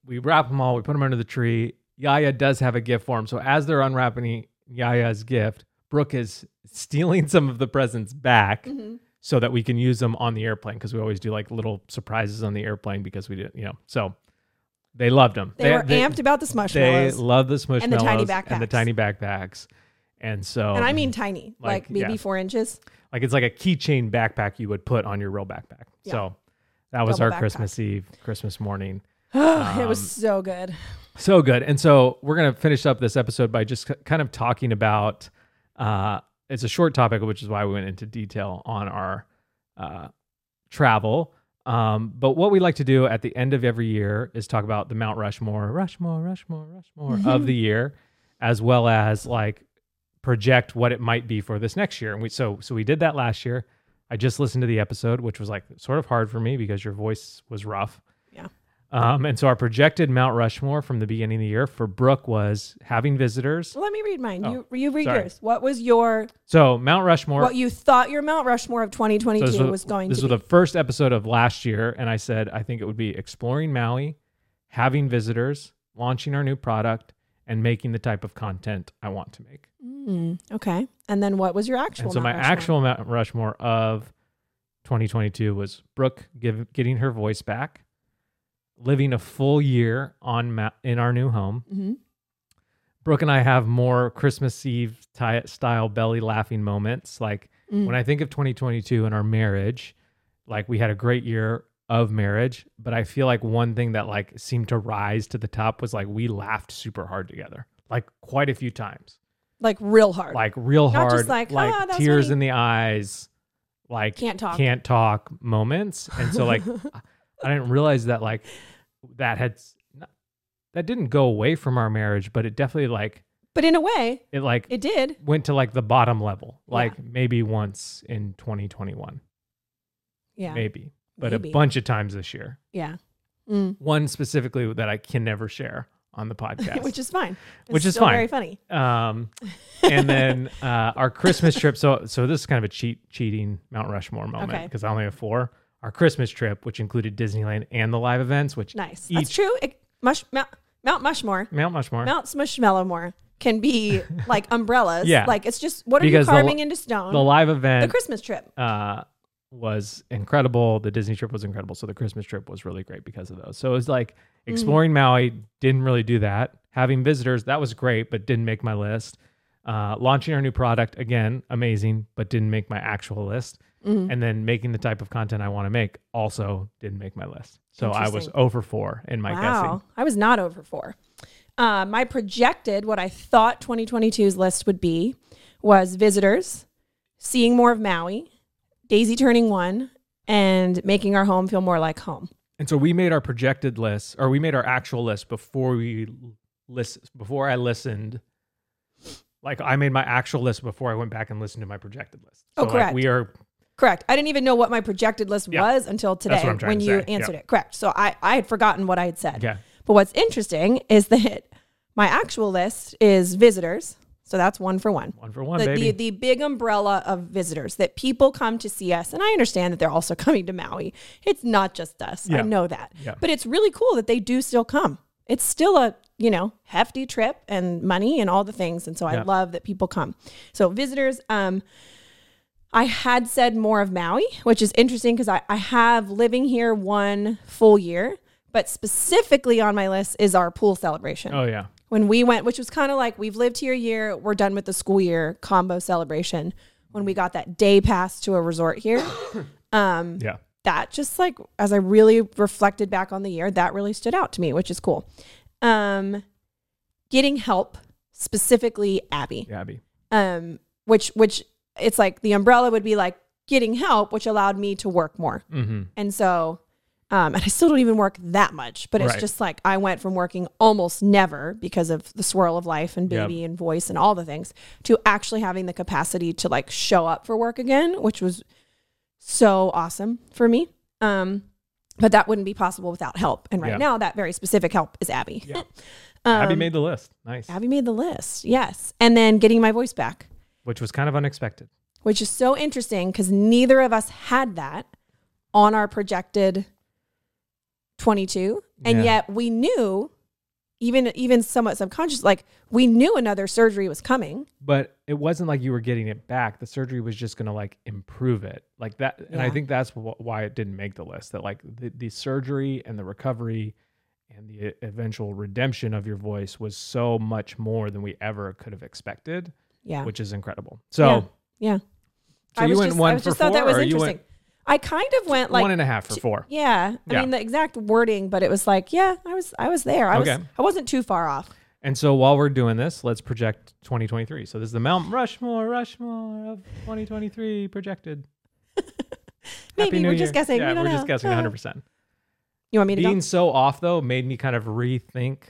S1: we wrap them all. We put them under the tree. Yaya does have a gift for him. So as they're unwrapping Yaya's gift, Brooke is stealing some of the presents back.
S2: Mm-hmm.
S1: So that we can use them on the airplane because we always do like little surprises on the airplane because we did, you know. So they loved them.
S2: they, were amped about the
S1: They
S2: smushmallows.
S1: love the smushmallows
S2: And the tiny
S1: and the
S2: backpacks.
S1: tiny backpacks. And so,
S2: and I mean tiny,
S1: Like,
S2: like, maybe
S1: yeah.
S2: four inches.
S1: like it's like a keychain backpack you would put on your real backpack.
S2: Yeah.
S1: So that was
S2: Double
S1: our
S2: backpack.
S1: Christmas Eve, Christmas morning.
S2: it
S1: Um,
S2: was so good.
S1: So good. And so we're going to finish up this episode by just k- kind of talking about uh, it's a short topic, which is why we went into detail on our uh, travel. Um, but what we like to do at the end of every year is talk about the Mount Rushmore, Rushmore, Rushmore, Rushmore of the year, as well as like project what it might be for this next year. And we so so we did that last year. I just listened to the episode, which was like sort of hard for me because your voice was rough.
S2: Yeah.
S1: Um, and so our projected Mount Rushmore from the beginning of the year for Brooke was having visitors.
S2: Well, let me read mine.
S1: Oh,
S2: you you read
S1: sorry.
S2: yours. What was your
S1: So Mount Rushmore.
S2: what you thought your Mount Rushmore of 2022
S1: so
S2: was,
S1: the-
S2: going
S1: this
S2: to be?
S1: was the first episode of last year, and I said I think it would be exploring Maui, having visitors, launching our new product, and making the type of content I want to make.
S2: Mm, okay. And then what was your actual?
S1: and so my
S2: Mount Rushmore?
S1: actual Mount Rushmore of 2022 was Brooke give, getting her voice back, living a full year on ma- in our new home.
S2: Mhm.
S1: Brooke and I have more Christmas Eve ty- style belly laughing moments. Like
S2: Mm.
S1: when I think of 2022 and our marriage, like we had a great year of marriage, but I feel like one thing that like seemed to rise to the top was like we laughed super hard together, like quite a few times
S2: like real hard.
S1: like real
S2: Not
S1: hard,
S2: just like,
S1: like,
S2: "Ah, that was
S1: tears
S2: funny."
S1: in the eyes, like
S2: Can't talk.
S1: can't talk moments. And so like I didn't realize that like that had that didn't go away from our marriage, but it definitely like
S2: but in a way,
S1: it like
S2: it did.
S1: went to like the bottom level,
S2: Yeah.
S1: like maybe once in 2021,
S2: Yeah.
S1: maybe, but
S2: Maybe.
S1: a bunch of times this year.
S2: Yeah. Mm.
S1: One specifically that I can never share on the podcast,
S2: Which is fine. It's
S1: Which is
S2: still
S1: fine.
S2: Very funny.
S1: Um, and then uh, our Christmas trip. So so this is kind of a cheat cheating Mount Rushmore moment
S2: Okay.
S1: because I only have four. Our Christmas trip, which included Disneyland and the live events, which
S2: Nice.
S1: each
S2: That's true. It, mush, Mount, Mount Mushmore,
S1: Mount Rushmore.
S2: Mount Smushmallowmore can be like umbrellas.
S1: Yeah.
S2: Like it's just what are
S1: Because
S2: you
S1: the
S2: carving
S1: li-
S2: into stone?
S1: the live
S2: The
S1: event
S2: Christmas trip.
S1: uh, was incredible. The Disney trip was incredible. So the Christmas trip was really great because of those. So it was like
S2: Mm.
S1: exploring Maui didn't really do that. Having visitors that was great, but didn't make my list. Uh, launching our new product again, amazing, but didn't make my actual list.
S2: Mm-hmm.
S1: And then making the type of content I want to make also didn't make my list. So I was
S2: Interesting.
S1: over four in my
S2: Wow.
S1: guessing.
S2: I was not over four. Uh, my projected, what I thought 2022's list would be, was visitors, seeing more of Maui, Daisy turning one, and making our home feel more like home.
S1: And so we made our projected list, or we made our actual list before we l- list before I listened. Like I made my actual list before I went back and listened to my projected list.
S2: Oh,
S1: like,
S2: correct.
S1: we are
S2: Correct. I didn't even know what my projected list
S1: Yeah.
S2: was until
S1: what
S2: today
S1: I'm trying
S2: when
S1: to
S2: you
S1: say. Yeah.
S2: answered it. Correct. So I, I had forgotten what I had said.
S1: Yeah.
S2: But what's interesting is that my actual list is visitors. So that's one for one.
S1: one for one,
S2: the,
S1: baby.
S2: the, the big umbrella of visitors that people come to see us. And I understand that they're also coming to Maui. It's not just us. I
S1: Yeah.
S2: know that.
S1: Yeah.
S2: But it's really cool that they do still come. It's still a, you know, hefty trip and money and all the things. And so I
S1: Yeah.
S2: love that people come. So visitors, um, I had said more of Maui, which is interesting because I, I have living here one full year, but specifically on my list is our pool celebration.
S1: Oh yeah.
S2: When we went, which was kind of like we've lived here a year, we're done with the school year combo celebration. When we got that day pass to a resort here,
S1: Yeah.
S2: that just like as I really reflected back on the year, that really stood out to me, which is cool. Um, getting help, specifically Abby
S1: Abby.
S2: um, which which it's like the umbrella would be like getting help, which allowed me to work more.
S1: Mm-hmm.
S2: And so, um, and I still don't even work that much, but it's
S1: Right.
S2: just like I went from working almost never because of the swirl of life and
S1: Yep.
S2: baby and voice and all the things to actually having the capacity to like show up for work again, which was so awesome for me. Um, but that wouldn't be possible without help. And right
S1: Yeah.
S2: now, that very specific help is Abby.
S1: Yeah. Abby made the list. Nice.
S2: Um, Abby made the list. Yes. And then getting my voice back.
S1: Which was kind of unexpected.
S2: which is so interesting because neither of us had that on our projected 22 and
S1: Yeah.
S2: yet we knew even even somewhat subconscious like we knew another surgery was coming
S1: But it wasn't like you were getting it back. The surgery was just going to like improve it. Like that. And I
S2: Yeah.
S1: think that's wh- why it didn't make the list that like the, the surgery and the recovery and the e- eventual redemption of your voice was so much more than we ever could have expected,
S2: yeah
S1: which is incredible. So,
S2: Yeah. yeah
S1: so you went one for four,
S2: that was
S1: or you
S2: interesting
S1: went
S2: i kind of went like
S1: one and a half for
S2: two-
S1: four.
S2: yeah i
S1: Yeah.
S2: mean the exact wording but it was like yeah i was i was there i was
S1: Okay.
S2: i wasn't too far off
S1: And so while we're doing this, let's project 2023. So this is the Mount Rushmore, Rushmore of 2023 projected.
S2: Maybe, we're
S1: New
S2: just guessing,
S1: Yeah,
S2: we don't
S1: are just
S2: know.
S1: guessing
S2: Uh,
S1: 100. percent
S2: you want me to
S1: Being
S2: go
S1: so off though made me kind of rethink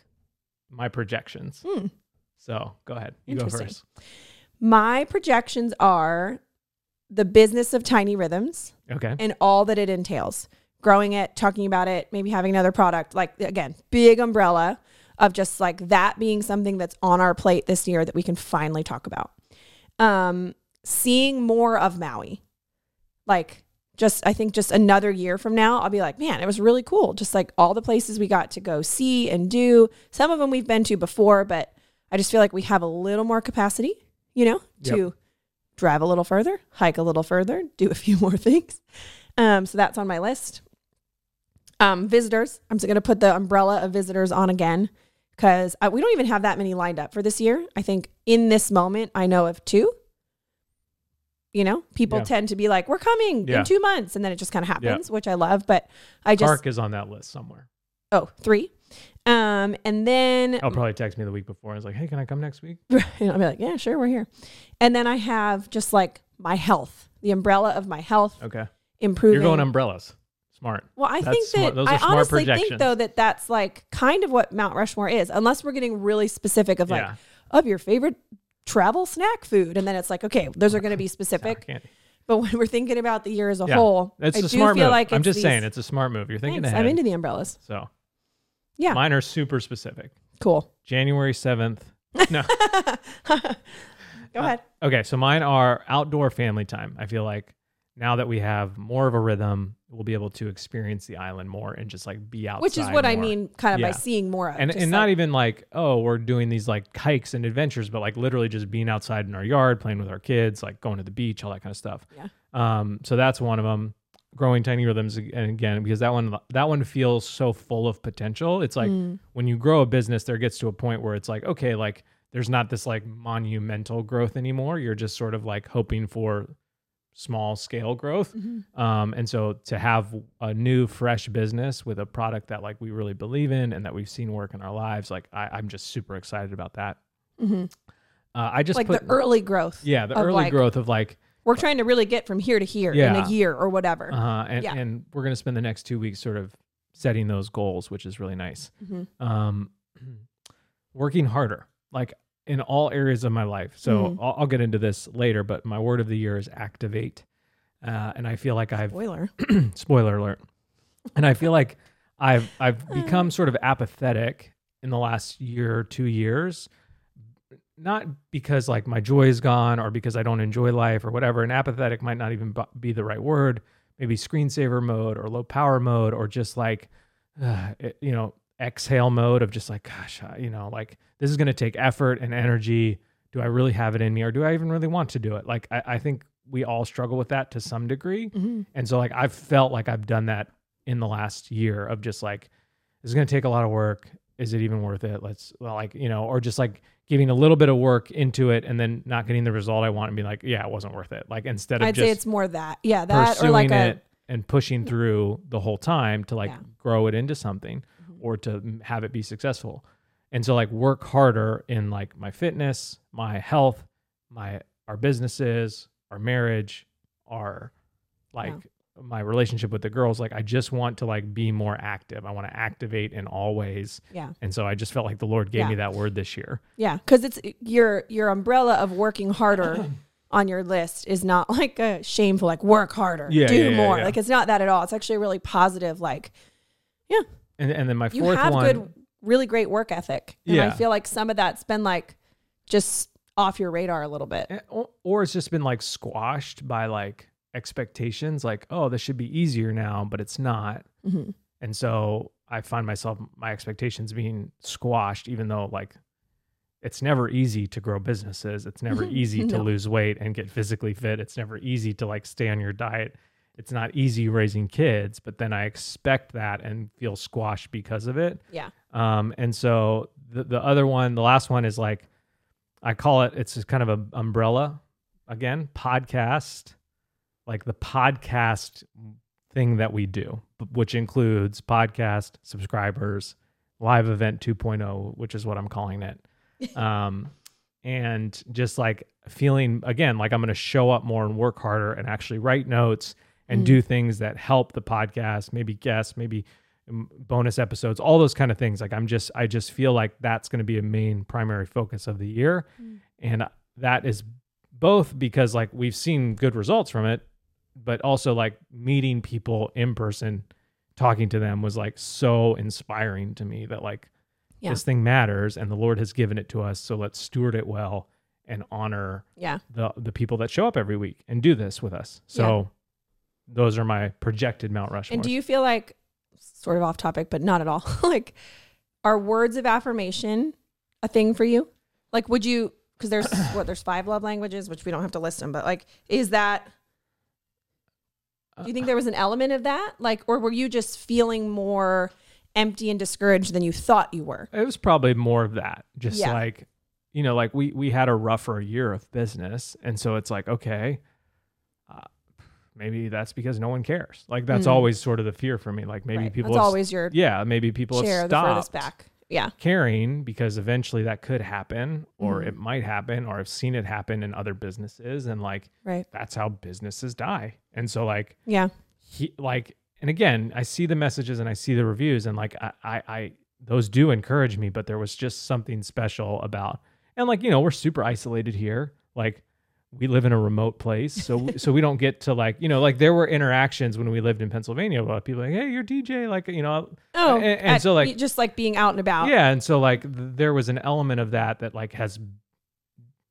S1: my projections.
S2: Hmm.
S1: So go ahead, you go
S2: Interesting.
S1: first.
S2: my projections are the business of tiny rhythms
S1: Okay.
S2: and all that it entails growing it talking about it maybe having another product like again big umbrella of just like that being something that's on our plate this year that we can finally talk about um seeing more of maui like just i think just another year from now i'll be like man it was really cool just like all the places we got to go see and do some of them we've been to before but i just feel like we have a little more capacity you know
S1: Yep.
S2: to drive a little further hike a little further do a few more things um, so that's on my list. Um, visitors. I'm just going to put the umbrella of visitors on again because we don't even have that many lined up for this year. I think in this moment, I know of two. You know, people
S1: Yeah.
S2: tend to be like, we're coming
S1: Yeah.
S2: in two months. And then it just kind of
S1: Yeah.
S2: happens, which I love. But I just,
S1: Park is on that list somewhere.
S2: oh, three. Um, and then
S1: I'll probably text me the week before. I was like, hey, can I come next week?
S2: and I'll be like, yeah, sure, we're here. And then I have just like my health, the umbrella of my health
S1: Okay.
S2: improving.
S1: You're going umbrellas. Smart.
S2: Well, I
S1: That's
S2: think
S1: smart-
S2: that
S1: those are
S2: I
S1: smart
S2: honestly think
S1: projections.
S2: though that that's like kind of what Mount Rushmore is, unless we're getting really specific of like
S1: Yeah.
S2: of your favorite travel snack food, and then it's like okay, those are going to be
S1: Sour
S2: specific.
S1: candy.
S2: But when we're thinking about the year as a
S1: Yeah.
S2: whole,
S1: It's
S2: I
S1: a
S2: do
S1: smart
S2: feel
S1: move.
S2: like
S1: I'm
S2: it's
S1: just
S2: these-
S1: saying it's a smart move. You're thinking
S2: Thanks.
S1: ahead.
S2: I'm into the umbrellas.
S1: so
S2: Yeah,
S1: mine are super specific.
S2: cool.
S1: January 7th. No.
S2: Go ahead.
S1: Okay, so mine are outdoor family time. I feel like now that we have more of a rhythm, we'll be able to experience the island more and just like be outside.
S2: Which is what I
S1: more.
S2: mean, kind of
S1: Yeah.
S2: by seeing more of,
S1: And
S2: just
S1: and not
S2: like-
S1: even like oh we're doing these like hikes and adventures, but like literally just being outside in our yard, playing with our kids, like going to the beach, all that kind of stuff.
S2: Yeah.
S1: Um. So that's one of them. Growing tiny rhythms, ag- and again because that one that one feels so full of potential. It's like
S2: Mm.
S1: when you grow a business, there gets to a point where it's like okay, like there's not this like monumental growth anymore. You're just sort of like hoping for small scale growth.
S2: Mm-hmm.
S1: Um, and so to have a new, fresh business with a product that like we really believe in and that we've seen work in our lives, like I, I'm just super excited about that. Uh, I just
S2: mm-hmm. like
S1: put
S2: the early growth.
S1: yeah the
S2: of,
S1: early
S2: like,
S1: growth of like
S2: We're trying to really get from here to here in
S1: Yeah.
S2: a year or whatever.
S1: uh, and
S2: Yeah.
S1: and we're gonna spend the next two weeks sort of setting those goals, which is really nice.
S2: Mhm.
S1: Um, working harder, like in all areas of my life. So
S2: Mhm.
S1: I'll, I'll get into this later, but my word of the year is activate, uh, and I feel like I've
S2: Spoiler.
S1: spoiler alert. And I feel like I've I've become sort of apathetic in the last year, two years. Not because like my joy is gone or because I don't enjoy life or whatever. And apathetic might not even bu- be the right word. Maybe screensaver mode or low power mode or just like, uh, it- you know, exhale mode of just like, gosh, I, you know, like this is going to take effort and energy. Do I really have it in me or do I even really want to do it? Like, I, I think we all struggle with that to some degree.
S2: Mm-hmm.
S1: And so like I've felt like I've done that in the last year of just like this is going to take a lot of work. Is it even worth it? Let's well, like, you know, or just like giving a little bit of work into it and then not getting the result I want and be like, yeah, it wasn't worth it. Like instead of
S2: I'd
S1: just
S2: say it's more that. Yeah, that
S1: pursuing
S2: or like a Mm-hmm.
S1: it and pushing through the whole time to like
S2: Yeah. Mm-hmm.
S1: grow it into something or to m- have it be successful. And so like work harder in like my fitness, my health, my our businesses, our marriage, our like my relationship with the girls. Like I just want to like be more active. I want to activate in all ways.
S2: yeah.
S1: And so I just felt like the Lord gave
S2: Yeah.
S1: me that word this year.
S2: Yeah, because it's your your umbrella of working harder on your list is not like a shameful like work harder,
S1: Yeah,
S2: do
S1: yeah, yeah,
S2: more.
S1: yeah.
S2: Like it's not that at all. It's actually a really positive. Like
S1: And and then my
S2: you
S1: fourth
S2: have
S1: one
S2: good, really great work ethic, and I
S1: Yeah.
S2: feel like some of that's been like just off your radar a little bit.
S1: Eh, or, or it's just been like squashed by like expectations like oh this should be easier now but it's not
S2: Mhm.
S1: and so i find myself my expectations being squashed even though like it's never easy to grow businesses it's never easy to
S2: Mm-hmm. No.
S1: lose weight and get physically fit it's never easy to like stay on your diet it's not easy raising kids but then i expect that and feel squashed because of it
S2: Yeah,
S1: um, and so the, the other one, the last one is like, I call it, it's just kind of an umbrella again, podcast, like the podcast thing that we do, b- which includes podcast subscribers, live event 2.0, which is what I'm calling it. Um, and just like feeling again, like I'm going to show up more and work harder and actually write notes and do things that help the podcast, maybe guests, maybe um, bonus episodes, all those kind of things. Like I'm just, I just feel like that's going to be a main primary focus of the year. And that is both because like we've seen good results from it, but also like meeting people in person, talking to them was like so inspiring to me that like
S2: Yeah.
S1: this thing matters and the Lord has given it to us. So let's steward it well and honor
S2: yeah,
S1: the the people that show up every week and do this with us. So those are my projected Mount Rushmore.
S2: and do you feel like sort of off topic, but not at all? like, are words of affirmation a thing for you? Like, would you? Because there's what there's five love languages, which we don't have to list them, but like, is that Do you think there was an element of that? Like, or were you just feeling more empty and discouraged than you thought you were?
S1: It was probably more of that. Just
S2: Yeah.
S1: like, you know, like we we had a rougher year of business, and so it's like, okay, uh, maybe that's because no one cares. Like that's
S2: Mm.
S1: always sort of the fear for me. Like maybe
S2: Right.
S1: people,
S2: That's
S1: have,
S2: always your
S1: yeah, maybe people
S2: chair
S1: have
S2: the furthest
S1: stopped
S2: back. Yeah.
S1: caring because eventually that could happen, or
S2: Mm.
S1: it might happen, or I've seen it happen in other businesses, and like
S2: Right.
S1: that's how businesses die. And so like
S2: Yeah.
S1: he like and again i see the messages and i see the reviews and like i i, I those do encourage me but there was just something special about and like you know we're super isolated here like we live in a remote place so so we don't get to like you know like there were interactions when we lived in pennsylvania where people were like hey you're dj like you know
S2: Oh,
S1: and, and
S2: at-
S1: so like
S2: just like being out and about.
S1: yeah and so like th- there was an element of that that like has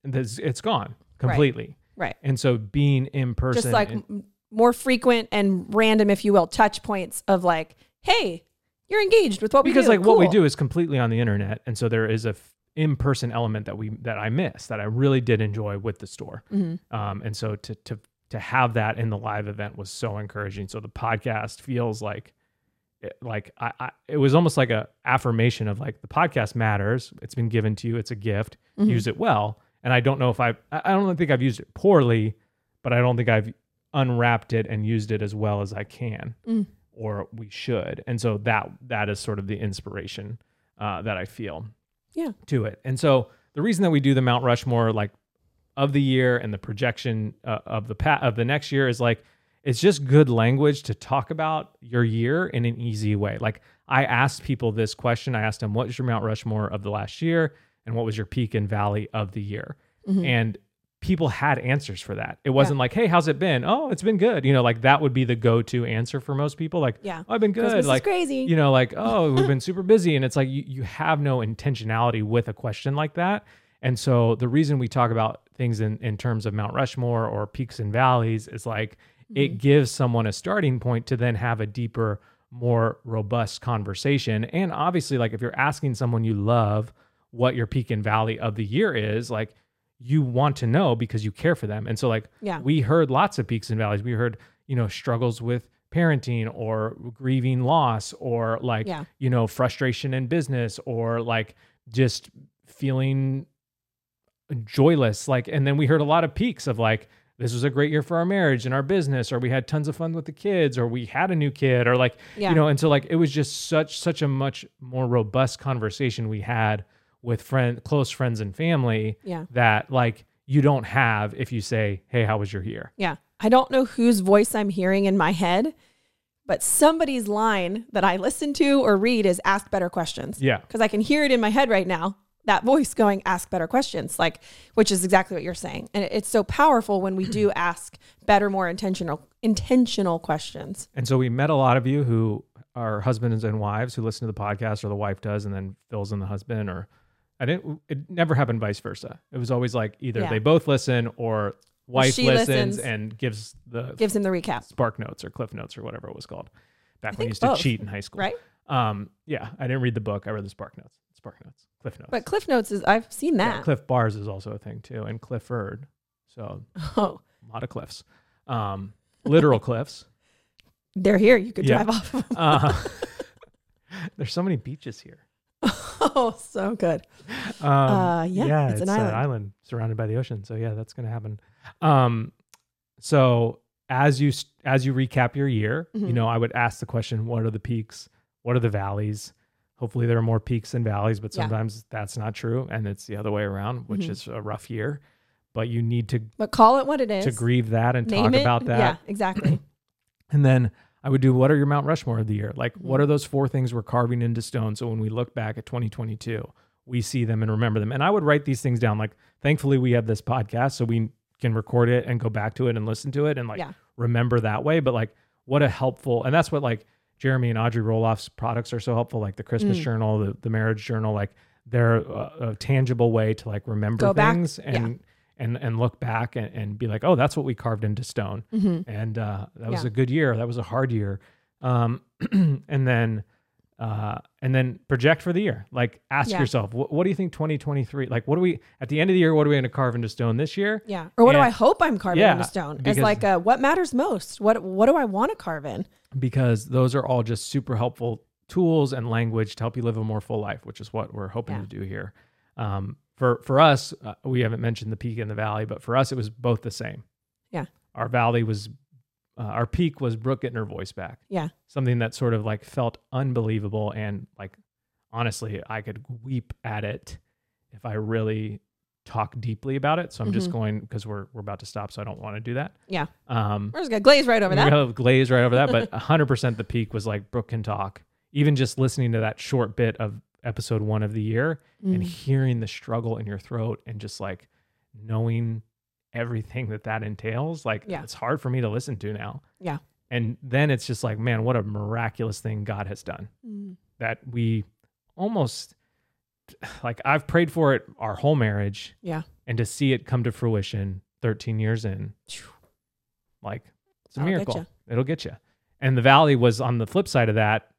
S1: that's, it's gone completely
S2: Right.
S1: and so being in person
S2: Just like
S1: and-
S2: m more frequent and random, if you will, touch points of like, hey, you're engaged with what we
S1: because
S2: do.
S1: like what we
S2: Cool.
S1: do is completely on the internet and so there is a f- in-person element that we that i miss that i really did enjoy with the store
S2: Mm-hmm.
S1: um, and so to to to have that in the live event was so encouraging so the podcast feels like it- like I, I it was almost like a affirmation of like the podcast matters it's been given to you it's a gift
S2: Mm-hmm.
S1: use it well and i don't know if i i I don't think i've used it poorly but i don't think i've unwrapped it and used it as well as i can or we should and so that that is sort of the inspiration uh, that i feel
S2: Yeah.
S1: to it and so the reason that we do the mount rushmore like of the year and the projection uh, of the pa- of the next year is like it's just good language to talk about your year in an easy way. Like I asked people this question. I asked them, "What was your Mount Rushmore of the last year, and what was your peak and valley of the year?"
S2: Mm-hmm.
S1: And people had answers for that. It wasn't like, "Hey, how's it been?" "Oh, it's been good." You know, like that would be the go-to answer for most people. Like,
S2: Yeah.
S1: "Oh, I've been good."
S2: Christmas is
S1: like
S2: crazy.
S1: you know, like, "Oh, we've been super busy," and it's like you, you have no intentionality with a question like that. And so the reason we talk about things in, in terms of Mount Rushmore or peaks and valleys is like
S2: Mm-hmm.
S1: it gives someone a starting point to then have a deeper, more robust conversation. And obviously, like if you're asking someone you love what your peak and valley of the year is, like you want to know because you care for them. And so like
S2: Yeah.
S1: we heard lots of peaks and valleys. We heard, you know, struggles with parenting or grieving loss or like,
S2: Yeah.
S1: you know, frustration in business or like just feeling joyless. Like, and then we heard a lot of peaks of like, this was a great year for our marriage and our business, or we had tons of fun with the kids, or we had a new kid, or like,
S2: Yeah.
S1: you know, and so like it was just such such a much more robust conversation we had with friend close friends and family
S2: Yeah.
S1: that like you don't have if you say, Hey, how was your year?
S2: Yeah. I don't know whose voice I'm hearing in my head, but somebody's line that I listen to or read is ask better questions.
S1: Yeah.
S2: Because I can hear it in my head right now, that voice going, ask better questions, like, which is exactly what you're saying. And it- it's so powerful when we do ask better, more intentional, intentional questions.
S1: And so we met a lot of you who are husbands and wives who listen to the podcast, or the wife does, and then fills in the husband. Or I didn't. It never happened vice versa. It was always like either
S2: Yeah.
S1: they both listen, or wife
S2: she
S1: listens,
S2: listens.
S1: and gives the
S2: Gives him the recap,
S1: spark notes or cliff notes or whatever it was called. Back when
S2: think
S1: you used
S2: both,
S1: to cheat in high school,
S2: right?
S1: Um, yeah, I didn't read the book. I read the spark notes, spark notes, cliff notes.
S2: But Cliff Notes is, I've seen
S1: Yeah,
S2: that.
S1: cliff bars is also a thing too, and Clifford. So
S2: oh,
S1: a lot of cliffs, um, literal cliffs.
S2: they're here. You could
S1: Yeah.
S2: drive off of them.
S1: Uh, there's so many beaches here.
S2: Oh, so good.
S1: Um,
S2: Uh, yeah, it's an island.
S1: surrounded by the ocean. So yeah, that's gonna happen. Um, so as you s- as you recap your year, you
S2: Mhm.
S1: know, I would ask the question: What are the peaks? What are the valleys? Hopefully, there are more peaks than valleys, but
S2: Yeah.
S1: sometimes that's not true, and it's the other way around, which
S2: Mhm.
S1: is a rough year. But you need to
S2: But call it what it is.
S1: to grieve that and
S2: Name
S1: talk
S2: it.
S1: about that.
S2: Yeah, exactly.
S1: And then I would do what are your Mount Rushmore of the year? Like, what are those four things we're carving into stone? So when we look back at 2022, we see them and remember them. And I would write these things down. Like, thankfully, we have this podcast so we can record it and go back to it and listen to it and like
S2: Yeah.
S1: remember that way. But like, what a helpful, and that's what like Jeremy and Audrey Roloff's products are so helpful, like the Christmas
S2: Mm.
S1: journal, the, the marriage journal, like they're a, a tangible way to like remember
S2: Go back.
S1: things and and and look back and, and be like, oh, that's what we carved into stone. And uh, that was
S2: Mm-hmm. Yeah.
S1: a good year. That was a hard year. Um, and then uh, and then project for the year. Like ask
S2: Yeah.
S1: yourself, what, what do you think 2023? Like, what do we at the end of the year? What are we going to carve into stone this year?
S2: Yeah. Or what do
S1: And-
S2: I hope I'm carving
S1: Yeah,
S2: into stone? As
S1: because-
S2: like a, what matters most? What what do I want to carve in?
S1: Because those are all just super helpful tools and language to help you live a more full life, which is what we're hoping
S2: Yeah.
S1: to do here. Um, for for us, uh, we haven't mentioned the peak and the valley, but for us, it was both the same.
S2: Yeah.
S1: Our valley was, uh, our peak was Brooke getting her voice back.
S2: Yeah.
S1: something that sort of like felt unbelievable and like honestly i could weep at it if i really talk deeply about it so i'm just going because we're we're about to stop so i don't want to do that
S2: Mm-hmm. Yeah.
S1: um
S2: We're just gonna glaze right over
S1: we're
S2: that.
S1: gonna glaze right over that but 100% the peak was like brooke can talk even just listening to that short bit of episode one of the year and
S2: Mm.
S1: hearing the struggle in your throat and just like knowing everything that that entails like
S2: Yeah.
S1: it's hard for me to listen to now
S2: Yeah.
S1: and then it's just like, man, what a miraculous thing God has done
S2: Mm.
S1: that we almost like I've prayed for it our whole marriage
S2: Yeah.
S1: and to see it come to fruition 13 years in,
S2: Phew.
S1: like it's a
S2: That'll get
S1: miracle.
S2: ya.
S1: It'll get you. And the valley was on the flip side of that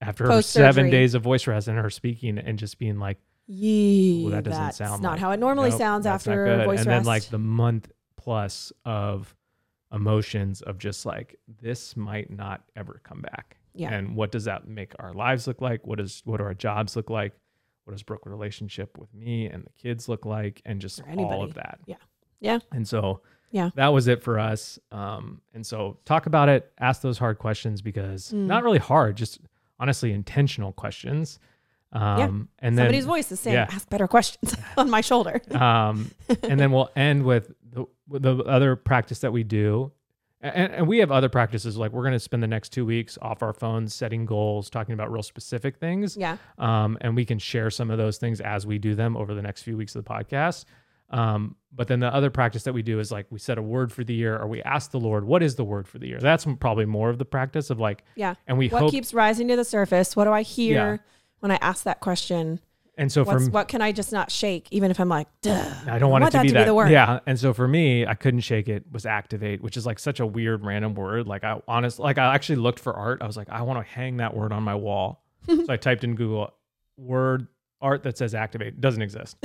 S1: after her
S2: Post-surgery.
S1: seven days of voice rest and her speaking and just being like,
S2: Yee,
S1: well, that doesn't
S2: that's
S1: sound
S2: not
S1: like-
S2: how it normally
S1: Nope,
S2: sounds
S1: that's not
S2: after
S1: good.
S2: voice
S1: and
S2: rest.
S1: then like the month plus of emotions of just like this might not ever come back
S2: Yeah.
S1: and what does that make our lives look like what is what do our jobs look like what does brooke relationship with me and the kids look like and just
S2: Or
S1: all
S2: anybody.
S1: of that
S2: Yeah. Yeah.
S1: and so
S2: Yeah.
S1: that was it for us um and so talk about it ask those hard questions because
S2: Mm.
S1: not really hard just honestly intentional questions um yeah. and then
S2: somebody's voice is saying,
S1: yeah.
S2: "Ask better questions" on my shoulder.
S1: um, and then we'll end with the, with the other practice that we do. A- And, and we have other practices like we're going to spend the next two weeks off our phones, setting goals, talking about real specific things.
S2: Yeah.
S1: Um, and we can share some of those things as we do them over the next few weeks of the podcast. Um, but then the other practice that we do is like we set a word for the year or we ask the Lord, what is the word for the year? That's probably more of the practice of like,
S2: Yeah.
S1: and we
S2: What
S1: hope.
S2: keeps rising to the surface? What do I hear when I ask that question?
S1: and so
S2: What's,
S1: from
S2: what can I just not shake, even if I'm like, "Duh."
S1: I don't want,
S2: want
S1: it to
S2: that
S1: be
S2: to be
S1: that.
S2: the word.
S1: Yeah. And so for me, I couldn't shake it was activate, which is like such a weird random word. Like I honest like I actually looked for art. I was like, I want to hang that word on my wall. so I typed in Google word art that says activate. Doesn't exist.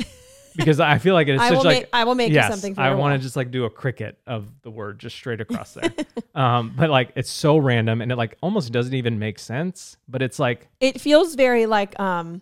S1: because I feel like it's
S2: I
S1: such
S2: will
S1: like
S2: make- I will make you
S1: yes,
S2: something for
S1: I
S2: your
S1: want to
S2: wall.
S1: just like do a cricket of the word just straight across there. um, but like it's so random and it like almost doesn't even make sense. But it's like
S2: It feels very like um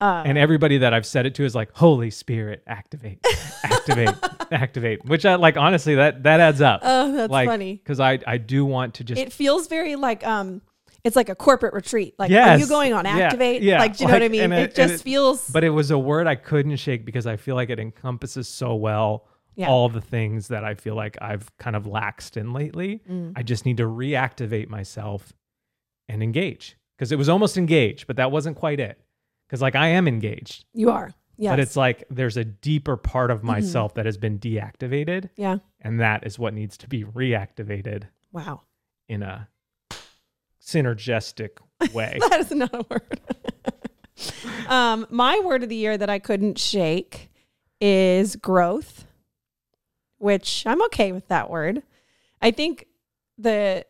S1: and
S2: Oh.
S1: everybody that I've said it to is like Holy Spirit activate, activate, activate. Which I like honestly that that adds up.
S2: Oh, that's
S1: like,
S2: funny.
S1: because I I do want to just
S2: it feels very like um it's like a corporate retreat. Like are you
S1: Yes.
S2: going on
S1: Yeah.
S2: activate?
S1: Yeah.
S2: Like do you know what I
S1: Like,
S2: mean?
S1: and
S2: it,
S1: it- and
S2: just
S1: it-
S2: feels
S1: But it was a word I couldn't shake because I feel like it encompasses so well
S2: Yeah.
S1: all the things that I feel like I've kind of laxed in lately.
S2: Mm.
S1: I just need to reactivate myself and engage because it was almost engaged, but that wasn't quite it. Because like I am engaged,
S2: you are. Yes. Mm-hmm.
S1: but it's like there's a deeper part of myself that has been deactivated,
S2: yeah.
S1: and that is what needs to be reactivated
S2: Wow.
S1: in a synergistic way.
S2: That is not a word. um, my word of the year that I couldn't shake is growth, which I'm okay with that word. I think the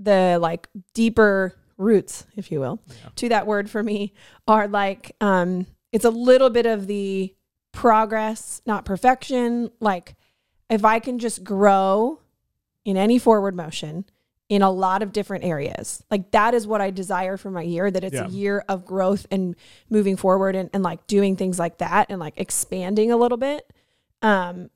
S2: the like deeper roots, if you will, to that word for me are like um, it's a little bit of the progress, not perfection. Like if I can just grow in any forward motion in a lot of different areas. Like that is what I desire for my year, that it's
S1: Yeah.
S2: a year of growth and moving forward and, and like doing things like that and like expanding a little bit. Um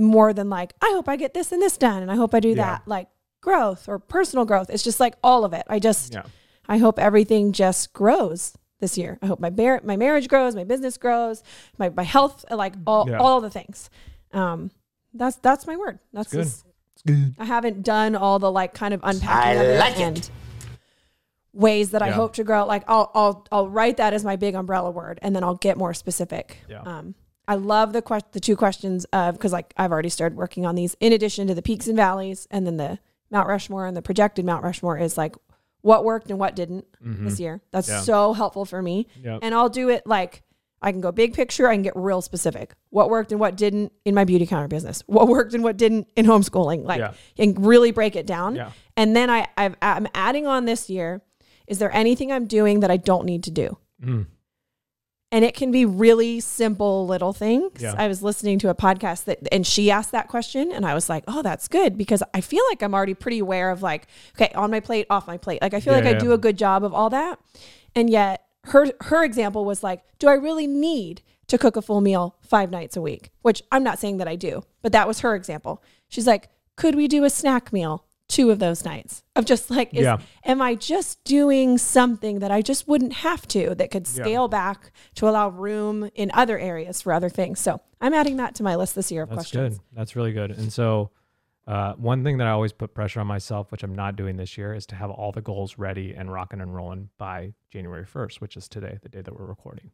S2: more than like, I hope I get this and this done and I hope I do
S1: Yeah.
S2: that. Like growth or personal growth. It's just like all of it. I just
S1: yeah.
S2: I hope everything just grows this year. I hope my bar- my marriage grows, my business grows, my, my health, like all,
S1: Yeah.
S2: all the things. Um, that's that's my word. That's
S1: good.
S2: just- I haven't done all the like kind of unpacking
S4: I
S2: of it
S4: like it.
S2: and ways that I
S1: Yeah.
S2: hope to grow. Like I'll I'll I'll write that as my big umbrella word, and then I'll get more specific.
S1: Yeah.
S2: Um, I love the quest the two questions of because like I've already started working on these. In addition to the peaks and valleys, and then the Mount Rushmore and the projected Mount Rushmore is like what worked and what didn't this year. That's
S1: Mm-hmm. Yeah.
S2: so helpful for me.
S1: Yep.
S2: And I'll do it like I can go big picture, I can get real specific. What worked and what didn't in my beauty counter business? What worked and what didn't in homeschooling? Like
S1: Yeah.
S2: and really break it down.
S1: Yeah.
S2: And then I I've, I'm adding on this year, is there anything I'm doing that I don't need to do?
S1: Mm.
S2: and it can be really simple little things.
S1: Yeah.
S2: I was listening to a podcast that, and she asked that question, and I was like, "Oh, that's good," because I feel like I'm already pretty aware of like, okay, on my plate, off my plate. Like I feel
S1: Yeah,
S2: like I
S1: yeah.
S2: do a good job of all that, and yet her her example was like, "Do I really need to cook a full meal five nights a week?" Which I'm not saying that I do, but that was her example. She's like, "Could we do a snack meal?" Two of those nights of just like, is,
S1: Yeah.
S2: am I just doing something that I just wouldn't have to that could scale back to allow room in other areas for other things? So I'm adding that to my list this year of
S1: That's
S2: questions.
S1: good. That's really good. And so, uh, one thing that I always put pressure on myself, which I'm not doing this year, is to have all the goals ready and rocking and rolling by January 1st, which is today, the day that we're recording.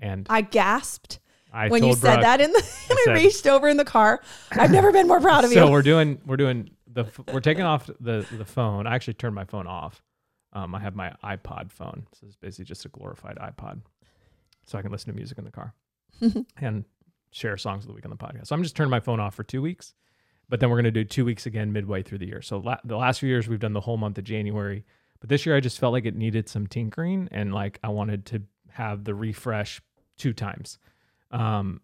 S1: And
S2: I gasped
S1: I
S2: when you
S1: told
S2: said
S1: Brooke,
S2: that in the and I,
S1: said-
S2: reached over in the car. I've never been more proud of
S1: so
S2: you.
S1: we're doing we're doing the f- we're taking off the the phone. I actually turned my phone off. Um, I have my iPod phone, so it's basically just a glorified iPod, so I can listen to music in the car and share songs of the week on the podcast. So I'm just turning my phone off for two weeks, but then we're gonna do two weeks again midway through the year. So la- the last few years we've done the whole month of January, but this year I just felt like it needed some tinkering and like I wanted to have the refresh two times. Um,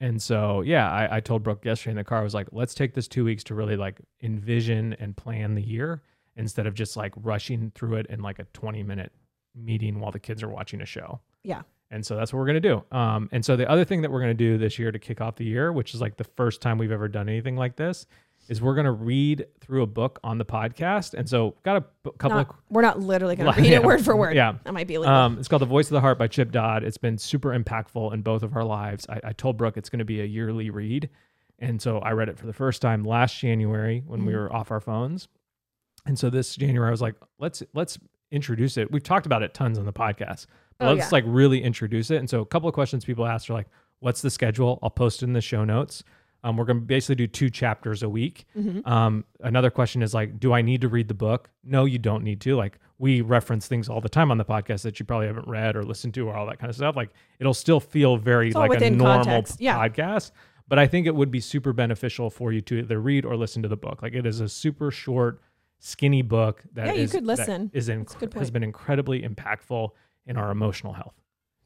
S1: and so, yeah, I, I told Brooke yesterday in the car, I was like, let's take this two weeks to really like envision and plan the year instead of just like rushing through it in like a 20 minute meeting while the kids are watching a show.
S2: Yeah.
S1: And so that's what we're going to do. Um, and so the other thing that we're going to do this year to kick off the year, which is like the first time we've ever done anything like this, is we're going to read through a book on the podcast. And so got a b- couple
S2: Not-
S1: of
S2: we're not literally going to
S1: Yeah.
S2: read it word for word.
S1: Yeah.
S2: That might be illegal.
S1: um, it's called The Voice of the Heart by Chip Dodd. It's been super impactful in both of our lives. I, I told Brooke it's going to be a yearly read. And so I read it for the first time last January when we were off our phones. And so this January I was like, let's let's introduce it. We've talked about it tons on the podcast. But
S2: Oh,
S1: let's
S2: yeah.
S1: like really introduce it. And so a couple of questions people asked are like, what's the schedule? I'll post it in the show notes. Um, we're going to basically do two chapters a week.
S2: Mm-hmm.
S1: Um, another question is like, do I need to read the book? No, you don't need to. Like, we reference things all the time on the podcast that you probably haven't read or listened to or all that kind of stuff. Like, it'll still feel very
S2: all
S1: like a
S2: within
S1: normal
S2: context. Yeah.
S1: podcast. But I think it would be super beneficial for you to either read or listen to the book. Like, it is a super short, skinny book that
S2: Yeah, you
S1: is-
S2: could
S1: that
S2: listen.
S1: is
S2: a good
S1: inc- has
S2: point.
S1: been incredibly impactful in our emotional health.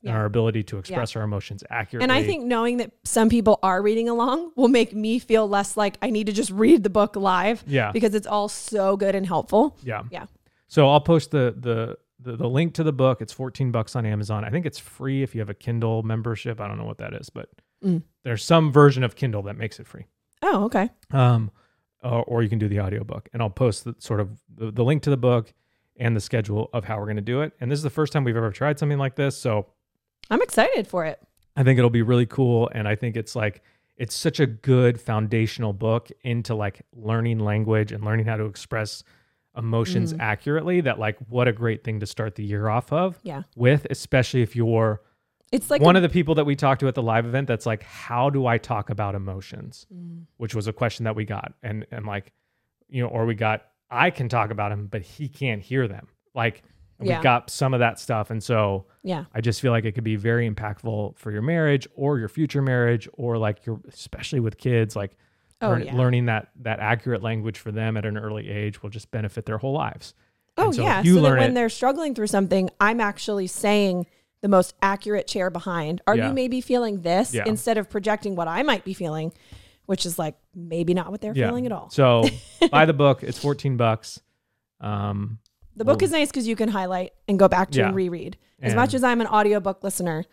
S1: and
S2: Yeah.
S1: our ability to express our emotions accurately.
S2: And I think knowing that some people are reading along will make me feel less like I need to just read the book live.
S1: Yeah.
S2: Because it's all so good and helpful.
S1: yeah.
S2: Yeah.
S1: So I'll post the the the, the link to the book. It's 14 bucks on Amazon. I think it's free if you have a Kindle membership. I don't know what that is, but
S2: Mm.
S1: there's some version of Kindle that makes it free.
S2: Oh, okay.
S1: Um, or, or you can do the audiobook. And I'll post the, sort of the, the link to the book and the schedule of how we're going to do it. And this is the first time we've ever tried something like this, so
S2: I'm excited for it.
S1: I think it'll be really cool and I think it's like it's such a good foundational book into like learning language and learning how to express emotions accurately that like what a great thing to start the year off of
S2: Yeah.
S1: with especially if you're
S2: It's like
S1: one
S2: a-
S1: of the people that we talked to at the live event that's like how do i talk about emotions
S2: Mm.
S1: which was a question that we got and and like you know or we got i can talk about them but he can't hear them like
S2: Yeah.
S1: we got some of that stuff and so
S2: yeah.
S1: i just feel like it could be very impactful for your marriage or your future marriage or like your especially with kids like
S2: Oh,
S1: learn-
S2: yeah.
S1: learning that that accurate language for them at an early age will just benefit their whole lives
S2: Oh
S1: And so if
S2: yeah.
S1: you
S2: so that
S1: learn
S2: when
S1: it-
S2: they're struggling through something, I'm actually saying the most accurate chair behind. Are
S1: Yeah.
S2: you maybe feeling this
S1: Yeah.
S2: instead of projecting what I might be feeling, which is like maybe not what they're feeling at all.
S1: so buy the book it's 14 bucks um
S2: the book is nice because you can highlight and go back to
S1: Yeah.
S2: and reread. As
S1: And-
S2: much as I'm an audiobook listener,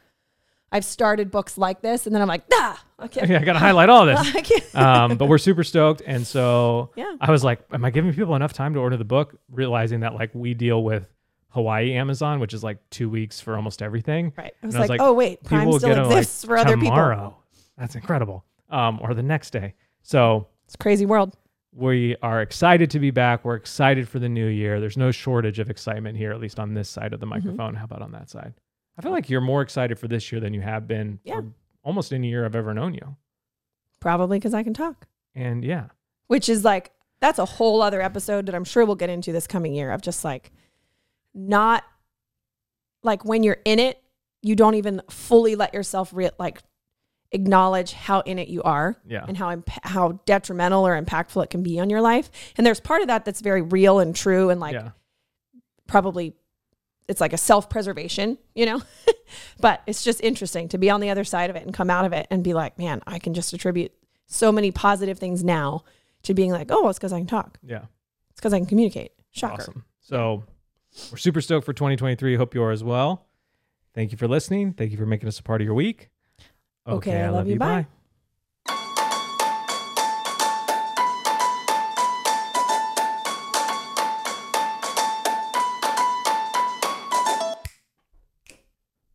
S2: I've started books like this and then I'm like, ah, okay.
S1: yeah, I gotta highlight all this.
S2: I can't.
S1: Um, but we're super stoked, and so
S2: Yeah.
S1: I was like, "Am I giving people enough time to order the book?" Realizing that like we deal with Hawaii Amazon, which is like two weeks for almost everything.
S2: Right. I was,
S1: And
S2: like, oh wait,
S1: people
S2: Prime
S1: will
S2: still
S1: get it, like,
S2: exists for other people.
S1: tomorrow. That's incredible. Um, or the next day. So
S2: It's a crazy world.
S1: we are excited to be back. We're excited for the new year. There's no shortage of excitement here, at least on this side
S2: Mm-hmm.
S1: of the microphone. How about on that side? I feel like you're more excited for this year than you have been
S2: Yeah.
S1: for almost any year I've ever known you.
S2: Probably because I can talk,
S1: And yeah,
S2: which is like that's a whole other episode that I'm sure we'll get into this coming year of just like not like when you're in it, you don't even fully let yourself re- like acknowledge how in it you are
S1: Yeah.
S2: and how imp- how detrimental or impactful it can be on your life. And there's part of that that's very real and true and like
S1: yeah.
S2: probably it's like a self-preservation, you know? but it's just interesting to be on the other side of it and come out of it and be like, man, I can just attribute so many positive things now to being like, oh, it's because I can talk.
S1: Yeah.
S2: It's because I can communicate. Shocker.
S1: Awesome. So we're super stoked for 2023. Hope you are as well. Thank you for listening. Thank you for making us a part of your week.
S2: Okay, I love you. Bye.